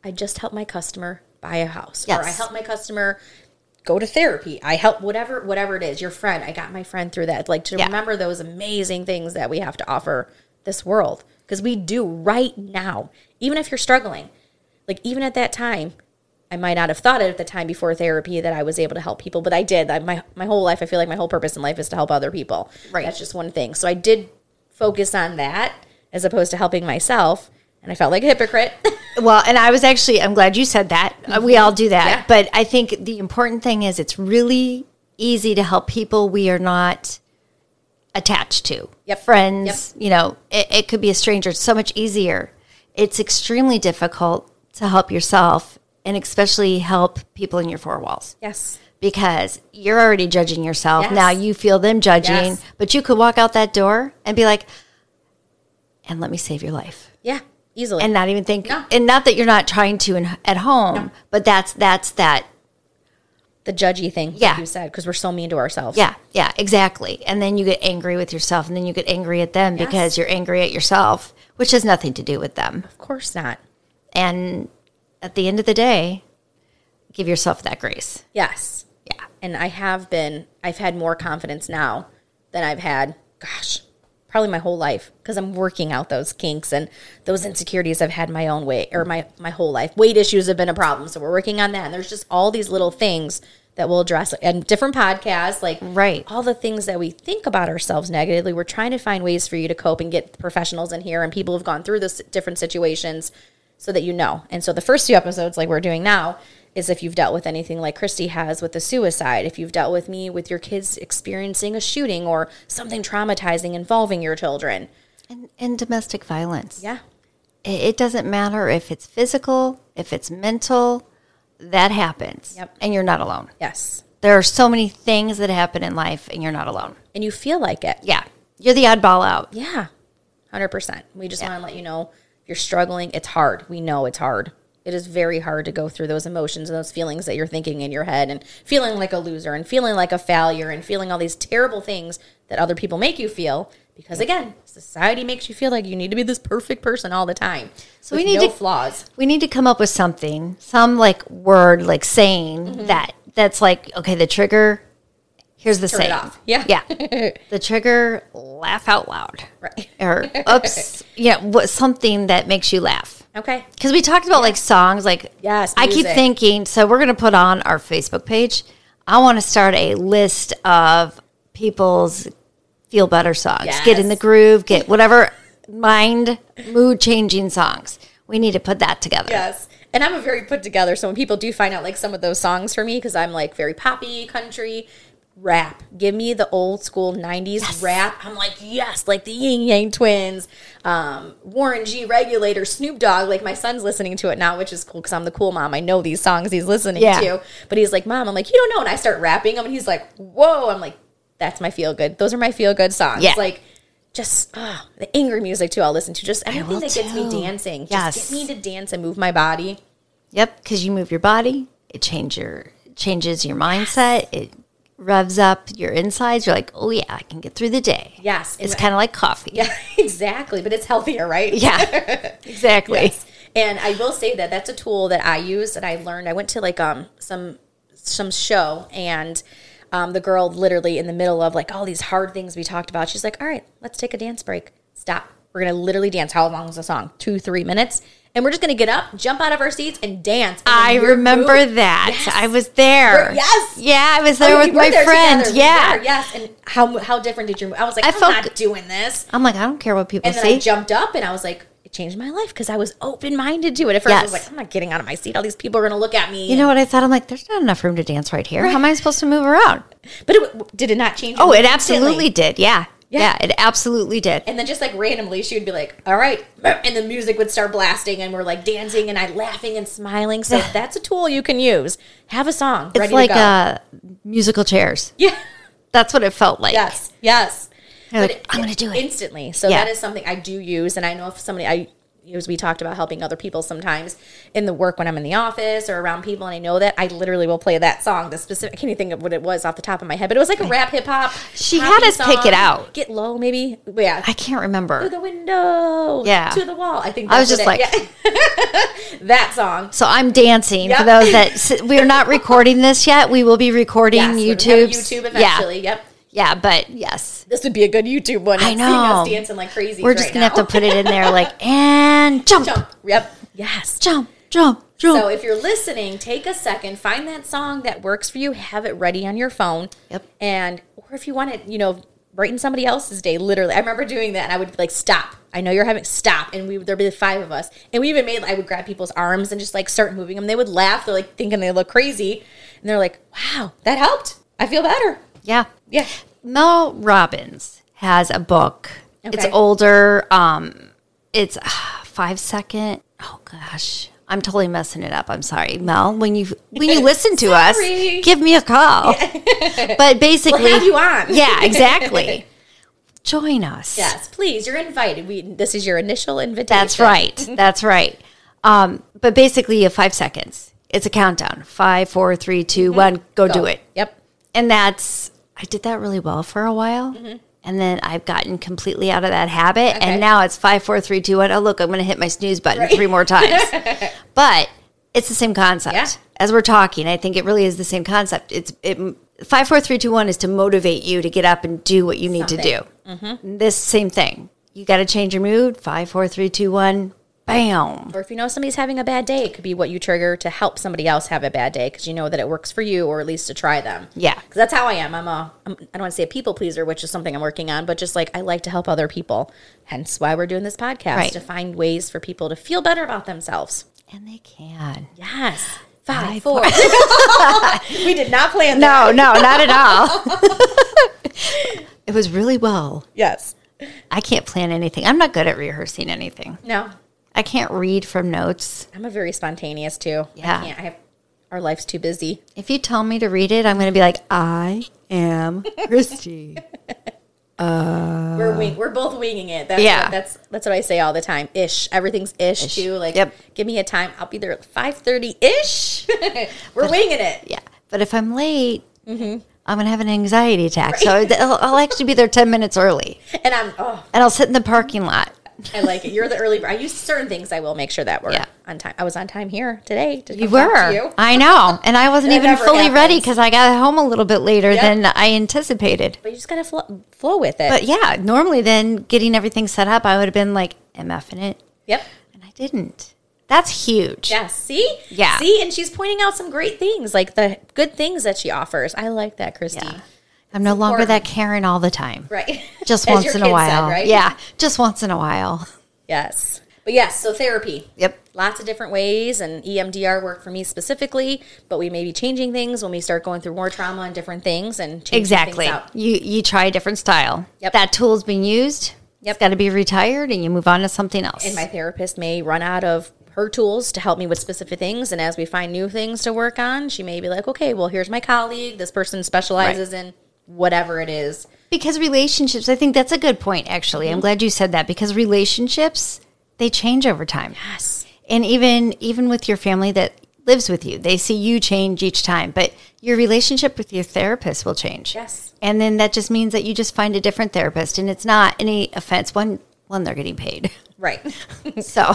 Speaker 2: i just helped my customer buy a house or i
Speaker 1: Yes.
Speaker 2: helped my customer go to therapy i help whatever whatever it is your friend i got my friend through that like to
Speaker 1: Yeah.
Speaker 2: remember those amazing things that we have to offer this world because we do right now even if you're struggling like even at that time i might not have thought it at the time before therapy that i was able to help people but i did I, my, my whole life i feel like my whole purpose in life is to help other people
Speaker 1: Right.
Speaker 2: that's just one thing so i did focus on that as opposed to helping myself and i felt like a hypocrite <laughs>
Speaker 1: Well, and I was actually, I'm glad you said that. Uh, We all do that.
Speaker 2: Yeah.
Speaker 1: But I think the important thing is it's really easy to help people we are not attached to.
Speaker 2: Yep.
Speaker 1: Friends, you know, it, it could be a stranger. It's so much easier. It's extremely difficult to help yourself and especially help people in your four walls
Speaker 2: yes
Speaker 1: because you're already judging yourself. Now
Speaker 2: Yes.
Speaker 1: you feel them judging,
Speaker 2: Yes.
Speaker 1: but you could walk out that door and be like, and let me save your life
Speaker 2: yeah easily
Speaker 1: and not even think
Speaker 2: No.
Speaker 1: and not that you're not trying to in, at home but that's that's that
Speaker 2: the judgy thing like
Speaker 1: Yeah.
Speaker 2: you said because we're so mean to ourselves
Speaker 1: yeah yeah exactly and then you get angry with yourself and then you get angry at them because you're angry at yourself which has nothing to do with them
Speaker 2: of course not
Speaker 1: and at the end of the day give yourself that grace
Speaker 2: yes
Speaker 1: yeah
Speaker 2: and I have been I've had more confidence now than I've had gosh probably my whole life because I'm working out those kinks and those insecurities I've had my own way or my my whole life weight issues have been a problem so we're working on that and there's just all these little things that we'll address and different podcasts like
Speaker 1: Right.
Speaker 2: all the things that we think about ourselves negatively we're trying to find ways for you to cope and get professionals in here and people who've gone through those different situations so that you know and so the first few episodes like we're doing now is if you've dealt with anything like christy has with the suicide if you've dealt with me with your kids experiencing a shooting or something traumatizing involving your children
Speaker 1: and, and domestic violence
Speaker 2: yeah
Speaker 1: it, it doesn't matter if it's physical if it's mental that happens
Speaker 2: Yep.
Speaker 1: and you're not alone
Speaker 2: yes
Speaker 1: there are so many things that happen in life and you're not alone
Speaker 2: and you feel like it
Speaker 1: yeah you're the oddball out
Speaker 2: yeah 100% we just want to let you know you're struggling it's hard we know it's hard it is very hard to go through those emotions and those feelings that you're thinking in your head and feeling like a loser and feeling like a failure and feeling all these terrible things that other people make you feel because again society makes you feel like you need to be this perfect person all the time so
Speaker 1: we
Speaker 2: we
Speaker 1: need
Speaker 2: need no
Speaker 1: to-
Speaker 2: flaws
Speaker 1: We need to come up with something, some like word, like saying
Speaker 2: Mm-hmm.
Speaker 1: that that's like okay. The trigger. Here's the
Speaker 2: it
Speaker 1: saying.
Speaker 2: off. Yeah. <laughs>
Speaker 1: yeah. the trigger. Laugh out loud,
Speaker 2: right
Speaker 1: or
Speaker 2: <laughs>
Speaker 1: oops, yeah, what something that makes you laugh.
Speaker 2: okay
Speaker 1: Because we talked about like songs, like
Speaker 2: Yes,
Speaker 1: I keep
Speaker 2: music.
Speaker 1: thinking. So we're gonna put on our Facebook page. I want to start a list of people's feel better songs. Get in the
Speaker 2: Yes.
Speaker 1: groove. Get whatever mind mood changing songs. We need to put that together.
Speaker 2: Yes. And I'm a very put together. So when people do find out like some of those songs for me, because I'm like very poppy, country, rap. Give me the old school 90s rap. I'm like, yes, like the Yin Yang Twins, um, Warren G, Regulator, Snoop Dogg. Like my son's listening to it now, which is cool because I'm the cool mom. I know these songs he's listening
Speaker 1: Yeah.
Speaker 2: to. But he's like, Mom, I'm like, you don't know. And I start rapping him and he's like, whoa. I'm like, that's my feel good. Those are my feel good songs.
Speaker 1: Yeah.
Speaker 2: Like, just ah, the angry music too. I'll listen to just anything
Speaker 1: will
Speaker 2: that gets me
Speaker 1: too.
Speaker 2: dancing.
Speaker 1: Yes.
Speaker 2: Just get me to dance and move my body. <laughs>
Speaker 1: Yep, because you move your body, it change your changes your mindset. It revs up your insides. You're like, oh yeah, I can get through the day.
Speaker 2: Yes.
Speaker 1: it's kind of like coffee.
Speaker 2: Yeah, exactly. But it's healthier, right? <laughs>
Speaker 1: Yeah, exactly.
Speaker 2: Yes. And I will say that that's a tool that I use that I learned. I went to like um some some show and um, the girl literally in the middle of like all these hard things we talked about. She's like, "All right, let's take a dance break. Stop. We're gonna literally dance. How long is the song? Two, three minutes. And we're just gonna get up, jump out of our seats, and dance. And
Speaker 1: I
Speaker 2: then your
Speaker 1: remember
Speaker 2: group-
Speaker 1: that.
Speaker 2: Yes.
Speaker 1: I was there.
Speaker 2: We're- yes.
Speaker 1: Yeah, I was
Speaker 2: Oh,
Speaker 1: there
Speaker 2: we
Speaker 1: with
Speaker 2: were
Speaker 1: my
Speaker 2: there
Speaker 1: friend.
Speaker 2: together. We
Speaker 1: Yeah.
Speaker 2: were, yes. And how how different did your? I was like,
Speaker 1: I
Speaker 2: I am
Speaker 1: felt
Speaker 2: not
Speaker 1: good.
Speaker 2: doing this.
Speaker 1: I'm like, I don't care what people
Speaker 2: And then I
Speaker 1: say.
Speaker 2: jumped up and I was like, it changed my life because I was open minded to it. At first, I was
Speaker 1: Yes.
Speaker 2: like, I'm not getting out of my seat. All these people are gonna look at me.
Speaker 1: you know what I thought? I'm like, there's not enough room to dance right here. How am I supposed to move around?
Speaker 2: But it, did it not change?
Speaker 1: Oh, it
Speaker 2: instantly?
Speaker 1: absolutely did. Yeah. Yeah, it absolutely did.
Speaker 2: And then just like randomly, she would be like, "All right," <clears throat> and the music would start blasting, and we're like dancing, and I laughing and smiling. So that's a tool you can use. Have a song
Speaker 1: It's
Speaker 2: ready
Speaker 1: like
Speaker 2: to go. <laughs>
Speaker 1: uh, musical chairs.
Speaker 2: yeah,
Speaker 1: That's what it felt like.
Speaker 2: yes, yes.
Speaker 1: You're like,
Speaker 2: it-
Speaker 1: I'm gonna do it.
Speaker 2: instantly. So
Speaker 1: Yeah.
Speaker 2: that is something I do use, and I know if somebody I as we talked about helping other people sometimes in the work when I'm in the office or around people, and I know that I literally will play that song. The specific, I can't even think of what it was off the top of my head, but it was like a rap hip hop.
Speaker 1: She had
Speaker 2: poppy
Speaker 1: us pick it
Speaker 2: song.
Speaker 1: out.
Speaker 2: Get low, maybe. Yeah,
Speaker 1: I can't remember.
Speaker 2: to the window.
Speaker 1: Yeah.
Speaker 2: To the wall. I think
Speaker 1: I was
Speaker 2: that's
Speaker 1: just
Speaker 2: what
Speaker 1: like,
Speaker 2: it- yeah. <laughs> that
Speaker 1: <laughs>
Speaker 2: song.
Speaker 1: so I'm dancing for
Speaker 2: Yep.
Speaker 1: those that s- we're not recording this yet. We will be recording
Speaker 2: Yes, we're gonna
Speaker 1: YouTube.
Speaker 2: have YouTube eventually. Yep.
Speaker 1: Yeah, yeah, but yes,
Speaker 2: This would be a good YouTube one.
Speaker 1: I
Speaker 2: Seeing us
Speaker 1: know.
Speaker 2: dancing like crazy.
Speaker 1: we're just gonna have to put it in there like and jump, jump,
Speaker 2: <laughs> Jump. Yep. Yes.
Speaker 1: jump, jump. <laughs>
Speaker 2: So if you're listening, take a second, find that song that works for you, have it ready on your phone.
Speaker 1: Yep.
Speaker 2: And or if you want it, you know, brighten somebody else's day. Literally, I remember doing that, and I would be like, "Stop! I know you're having stop." And we there'd be the five of us, and we even made I would grab people's arms and just like start moving them. They would laugh. They're like thinking they look crazy, and they're like, "Wow, that helped. I feel better."
Speaker 1: yeah,
Speaker 2: Yeah.
Speaker 1: Mel Robbins has a book. It's
Speaker 2: Okay.
Speaker 1: older. Um, it's ah, five second. Oh gosh, I'm totally messing it up. I'm sorry, Mel. When you when
Speaker 2: <laughs>
Speaker 1: you listen to us,
Speaker 2: Sorry.
Speaker 1: give me a
Speaker 2: <laughs>
Speaker 1: call. but basically,
Speaker 2: We'll have you on.
Speaker 1: Yeah,
Speaker 2: <laughs>
Speaker 1: exactly. Join us.
Speaker 2: Yes, please. You're invited. We this is your initial invitation.
Speaker 1: That's right. That's right. Um, but basically, you have five seconds. It's a countdown. Five, four, three, two, one. Go,
Speaker 2: So,
Speaker 1: do it.
Speaker 2: Yep.
Speaker 1: And that's I did that really well for a while. And then I've gotten completely out of that habit.
Speaker 2: Mm-hmm. Okay.
Speaker 1: And now it's five, four, three, two, one. Oh look, I'm gonna hit my snooze button three more
Speaker 2: <laughs>
Speaker 1: times. but it's the same concept.
Speaker 2: Yeah.
Speaker 1: As we're talking, I think it really is the same concept. It's it five, four, three, two, one is to motivate you to get up and do what you need to
Speaker 2: Something. Mm-hmm.
Speaker 1: do. This same thing. You gotta change your mood. Five, four, three, two, one, bam.
Speaker 2: Or if you know somebody's having a bad day, it could be what you trigger to help somebody else have a bad day because you know that it works for you, or at least to try them.
Speaker 1: Yeah.
Speaker 2: 'Cause that's how I am. I'm a I'm, I don't want to say a people pleaser, which is something I'm working on, but just like I like to help other people. Hence why we're doing this podcast
Speaker 1: Right.
Speaker 2: to find ways for people to feel better about themselves.
Speaker 1: And they can.
Speaker 2: Yes. Five, four. <laughs> we did not plan that.
Speaker 1: No, no, not at
Speaker 2: <laughs>
Speaker 1: all. <laughs> it was really well.
Speaker 2: Yes.
Speaker 1: I can't plan anything. I'm not good at rehearsing anything.
Speaker 2: No.
Speaker 1: I can't read from notes.
Speaker 2: I'm a very spontaneous too.
Speaker 1: Yeah.
Speaker 2: I can't. I have our life's too busy.
Speaker 1: If you tell me to read it, I'm going to be like, I
Speaker 2: <laughs>
Speaker 1: am Christy.
Speaker 2: we're wing, we're both winging it. That's
Speaker 1: Uh. Yeah.
Speaker 2: what, that's that's what I say all the time. Ish, everything's ish, too. Like,
Speaker 1: Yep.
Speaker 2: give me a time. I'll be there at five thirty ish. <laughs> we're winging it.
Speaker 1: yeah. But if I'm late,
Speaker 2: Mm-hmm.
Speaker 1: I'm going to have an anxiety attack. So I'll, I'll actually be there 10 minutes early
Speaker 2: And I'm oh,
Speaker 1: and I'll sit in the parking lot.
Speaker 2: I like it. You're the early. bird. I use certain things. I will make sure that we're
Speaker 1: Yeah.
Speaker 2: on time. I was on time here today. To
Speaker 1: You
Speaker 2: come talk
Speaker 1: were.
Speaker 2: to you.
Speaker 1: I know. And I wasn't
Speaker 2: That
Speaker 1: even
Speaker 2: never
Speaker 1: fully ready
Speaker 2: happens.
Speaker 1: because I got home a little bit later
Speaker 2: Yep.
Speaker 1: than I anticipated.
Speaker 2: But you just gotta flow, flow with it.
Speaker 1: But yeah, normally then getting everything set up, I would have been like, MF in it.
Speaker 2: yep.
Speaker 1: And I didn't. That's huge.
Speaker 2: Yeah. See.
Speaker 1: Yeah.
Speaker 2: See. And she's pointing out some great things, like the good things that she offers. I like that, Christy.
Speaker 1: Yeah. I'm no longer
Speaker 2: important.
Speaker 1: that Karen all the time.
Speaker 2: Right.
Speaker 1: Just
Speaker 2: <laughs> As
Speaker 1: once
Speaker 2: your
Speaker 1: in a
Speaker 2: kid said,
Speaker 1: while.
Speaker 2: right?
Speaker 1: Yeah. Just once in a while.
Speaker 2: Yes. But yes. So therapy.
Speaker 1: Yep.
Speaker 2: lots of different ways and E EMDR work for me specifically, but we may be changing things when we start going through more trauma and different things and changing
Speaker 1: Exactly.
Speaker 2: things out.
Speaker 1: You you try a different style.
Speaker 2: Yep.
Speaker 1: That tool's been used. It's
Speaker 2: Yep.
Speaker 1: got to be retired and you move on to something else.
Speaker 2: And my therapist may run out of her tools to help me with specific things and as we find new things to work on, she may be like, "Okay, well, here's my colleague. This person specializes in whatever it is."
Speaker 1: because relationships, I think that's a good point actually.
Speaker 2: Mm-hmm.
Speaker 1: I'm glad you said that because relationships they change over time.
Speaker 2: Yes.
Speaker 1: and even even with your family that lives with you they see you change each time but your relationship with your therapist will change
Speaker 2: Yes.
Speaker 1: and then that just means that you just find a different therapist and it's not any offense one one they're getting paid <laughs>
Speaker 2: Right. <laughs>
Speaker 1: so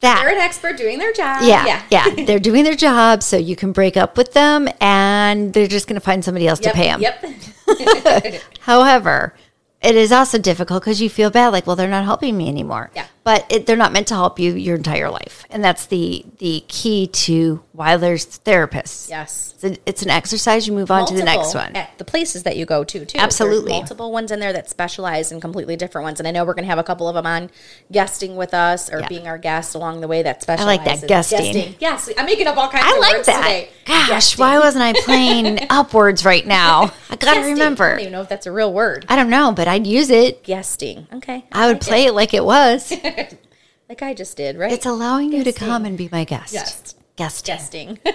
Speaker 2: They're
Speaker 1: that
Speaker 2: an expert doing their job.
Speaker 1: yeah yeah, they're doing their job so you can break up with them and they're just going to find somebody else
Speaker 2: Yep. <laughs>
Speaker 1: to pay them
Speaker 2: Yep.
Speaker 1: however it is also difficult because you feel bad, like, well, they're not helping me anymore.
Speaker 2: Yeah.
Speaker 1: But it, they're not meant to help you your entire life, and that's the the key to why there's therapists.
Speaker 2: Yes.
Speaker 1: It's an, it's an exercise. You move on to the next
Speaker 2: multiple e,
Speaker 1: one.
Speaker 2: At the places that you go to, too. There's
Speaker 1: Absolutely.
Speaker 2: multiple ones in there that specialize in completely different ones. And I know we're going to have a couple of them on guesting with us or
Speaker 1: Yeah.
Speaker 2: being our guest along the way that specialize.
Speaker 1: like that,
Speaker 2: in
Speaker 1: guesting.
Speaker 2: Yes. I'm making up all kinds
Speaker 1: I
Speaker 2: of
Speaker 1: like
Speaker 2: words
Speaker 1: that.
Speaker 2: today.
Speaker 1: Gosh,
Speaker 2: Guesting.
Speaker 1: why wasn't I playing
Speaker 2: <laughs>
Speaker 1: upwards right now? I gotta
Speaker 2: Guesting. I
Speaker 1: remember.
Speaker 2: don't even know if that's a real word.
Speaker 1: I don't know, but I'd use it.
Speaker 2: Guesting. Okay.
Speaker 1: I would play it like it
Speaker 2: <laughs>
Speaker 1: was.
Speaker 2: Like I just did, right?
Speaker 1: It's allowing you to come and be my guest.
Speaker 2: Yes.
Speaker 1: Guest.
Speaker 2: guesting. <laughs>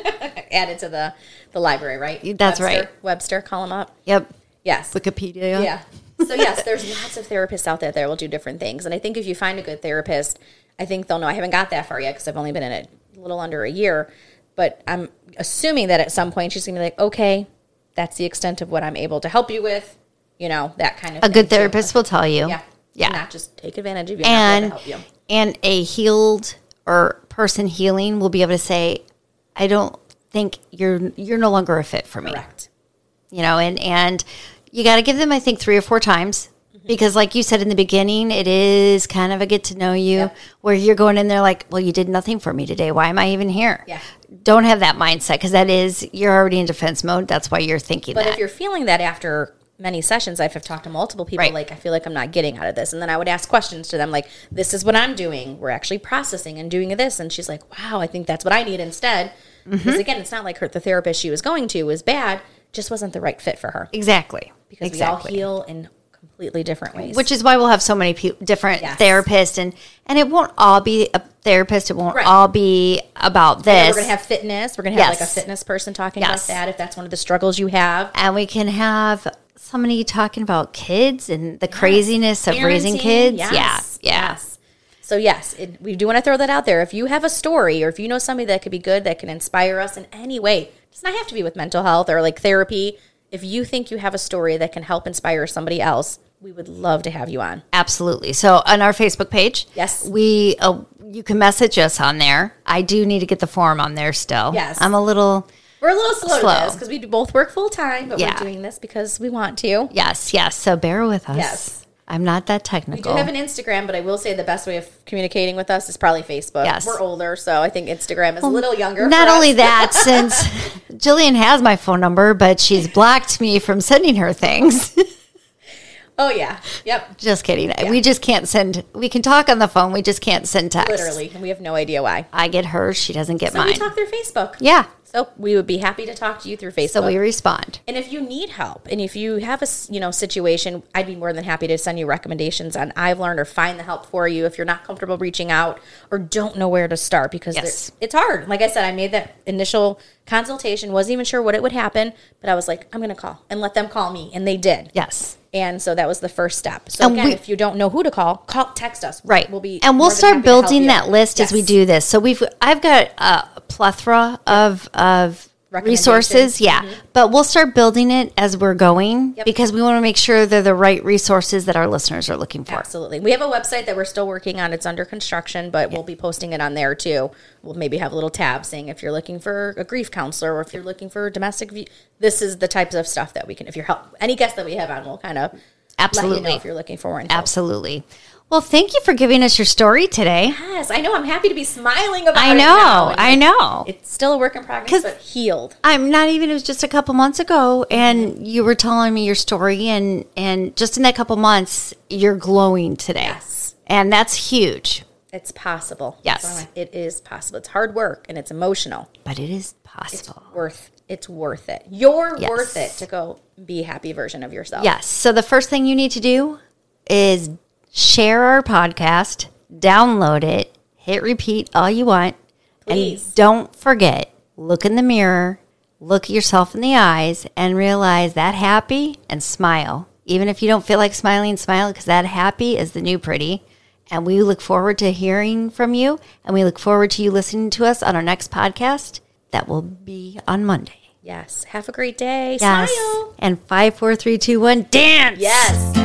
Speaker 2: Added to the, the library, right?
Speaker 1: That's
Speaker 2: Webster,
Speaker 1: right.
Speaker 2: Webster, call them up.
Speaker 1: Yep.
Speaker 2: Yes.
Speaker 1: Wikipedia.
Speaker 2: Yeah. So yes, there's lots of therapists out there that will do different things, and I think if you find a good therapist, I think they'll know. I haven't got that far yet because I've only been in it a little under a year, but I'm assuming that at some point she's gonna be like, okay, that's the extent of what I'm able to help you with, you know, that kind of
Speaker 1: A good
Speaker 2: thing. So,
Speaker 1: therapist will tell you.
Speaker 2: yeah,
Speaker 1: Yeah.
Speaker 2: not just take advantage of you and
Speaker 1: and
Speaker 2: not be able to help you.
Speaker 1: and a healed or person healing will be able to say, I don't think you're you're no longer a fit for me.
Speaker 2: Correct.
Speaker 1: you know and and you got to give them i think three or four times
Speaker 2: Mm-hmm.
Speaker 1: because like you said in the beginning it is kind of a get to know you
Speaker 2: Yeah.
Speaker 1: where you're going in there like well you did nothing for me today why am i even here
Speaker 2: Yeah.
Speaker 1: don't have that mindset because that is you're already in defense mode that's why you're thinking
Speaker 2: But
Speaker 1: that
Speaker 2: if you're feeling that after many sessions, I've have talked to multiple people,
Speaker 1: Right.
Speaker 2: like, I feel like I'm not getting out of this. And then I would ask questions to them, like, this is what I'm doing. We're actually processing and doing this. And she's like, wow, I think that's what I need instead.
Speaker 1: Mm-hmm.
Speaker 2: Because again, it's not like her, the therapist she was going to was bad, just wasn't the right fit for her.
Speaker 1: exactly
Speaker 2: Because
Speaker 1: exactly
Speaker 2: we all heal in completely different ways.
Speaker 1: which is why we'll have so many pe- different
Speaker 2: Yes.
Speaker 1: therapists and and it won't all be a therapist it won't
Speaker 2: Right.
Speaker 1: all be about
Speaker 2: And
Speaker 1: this
Speaker 2: we're going to have fitness. We're going to have like a
Speaker 1: Yes.
Speaker 2: fitness person talking
Speaker 1: Yes.
Speaker 2: about that if that's one of the struggles you have.
Speaker 1: and we can have somebody talking about kids and the craziness of raising
Speaker 2: Parenting,
Speaker 1: kids
Speaker 2: yes,
Speaker 1: yeah yeah
Speaker 2: yes. So yes, it, we do want to throw that out there. If you have a story, or if you know somebody that could be good, that can inspire us in any way, it does not have to be with mental health or like therapy. If you think you have a story that can help inspire somebody else, we would love to have you on.
Speaker 1: Absolutely. So on our Facebook page,
Speaker 2: Yes.
Speaker 1: we uh, you can message us on there. I do need to get the form on there still.
Speaker 2: Yes.
Speaker 1: I'm a little
Speaker 2: We're a little slow,
Speaker 1: Slow.
Speaker 2: to this because we do both work full time, but
Speaker 1: Yeah.
Speaker 2: we're doing this because we want to.
Speaker 1: yes, yes. So bear with us.
Speaker 2: Yes.
Speaker 1: I'm not that
Speaker 2: We do
Speaker 1: technical.
Speaker 2: have an Instagram, but I will say the best way of communicating with us is probably Facebook.
Speaker 1: Yes.
Speaker 2: We're older, so I think Instagram is a little younger.
Speaker 1: Not
Speaker 2: for
Speaker 1: only
Speaker 2: us. <laughs>
Speaker 1: that, since Jillian has my phone number, but she's blocked me from sending her things. <laughs>
Speaker 2: Oh yeah. Yep.
Speaker 1: just kidding. We just can't send. We can talk on the phone. We just can't send text.
Speaker 2: Literally, we have no idea why.
Speaker 1: I get hers. She doesn't get
Speaker 2: So we
Speaker 1: mine.
Speaker 2: talk through Facebook.
Speaker 1: yeah.
Speaker 2: So we would be happy to talk to you through Facebook.
Speaker 1: So we respond.
Speaker 2: and if you need help, and if you have a s- you know situation, I'd be more than happy to send you recommendations on I've learned or find the help for you if you're not comfortable reaching out or don't know where to start because
Speaker 1: Yes.
Speaker 2: there- it's hard. Like I said, I made that initial consultation, wasn't even sure what it would happen, but I was like, I'm going to call and let them call me, and they did.
Speaker 1: Yes.
Speaker 2: And so that was the first step. So
Speaker 1: And
Speaker 2: again,
Speaker 1: we-
Speaker 2: if you don't know who to call, call text us.
Speaker 1: right
Speaker 2: We'll be
Speaker 1: and
Speaker 2: more
Speaker 1: we'll
Speaker 2: than
Speaker 1: start
Speaker 2: happy to help
Speaker 1: building
Speaker 2: you.
Speaker 1: that list as we
Speaker 2: Yes.
Speaker 1: do this so we've i've got a plethora of of resources
Speaker 2: Recommendations. Mm-hmm.
Speaker 1: yeah but we'll start building it as we're going because we want to make sure they're the right resources that our listeners are looking for
Speaker 2: Absolutely. We have a website that we're still working on. It's under construction, but we'll be posting it on there too. We'll maybe have a little tab saying if you're looking for a grief counselor or if you're looking for domestic view, this is the types of stuff that we can, if you're help, any guest that we have on, we'll kind of let you
Speaker 1: Absolutely.
Speaker 2: know if you're looking for one.
Speaker 1: absolutely well thank you for giving us your story today
Speaker 2: Yes, I know. I'm happy to be smiling about
Speaker 1: i
Speaker 2: it. now.
Speaker 1: know
Speaker 2: And
Speaker 1: i know
Speaker 2: It's still a work in progress,
Speaker 1: 'Cause-
Speaker 2: but healed.
Speaker 1: I'm not even. It was just a couple months ago, and you were telling me your story, and and just in that couple months, you're glowing today,
Speaker 2: Yes.
Speaker 1: and that's huge.
Speaker 2: It's possible.
Speaker 1: Yes.
Speaker 2: So I'm like, It is possible. It's hard work and it's emotional.
Speaker 1: But it is possible.
Speaker 2: Worth it's worth it. You're
Speaker 1: Yes.
Speaker 2: worth it to go be a happy version of yourself.
Speaker 1: Yes. So the first thing you need to do is share our podcast, download it, hit repeat all you want,
Speaker 2: Please.
Speaker 1: and don't forget look in the mirror, look yourself in the eyes, and realize that happy and smile. Even if you don't feel like smiling, smile because that happy is the new pretty. And we look forward to hearing from you, and we look forward to you listening to us on our next podcast that will be on Monday.
Speaker 2: Yes. Have a great day.
Speaker 1: Yes.
Speaker 2: Smile.
Speaker 1: And five, four, three, two, one, dance.
Speaker 2: Yes.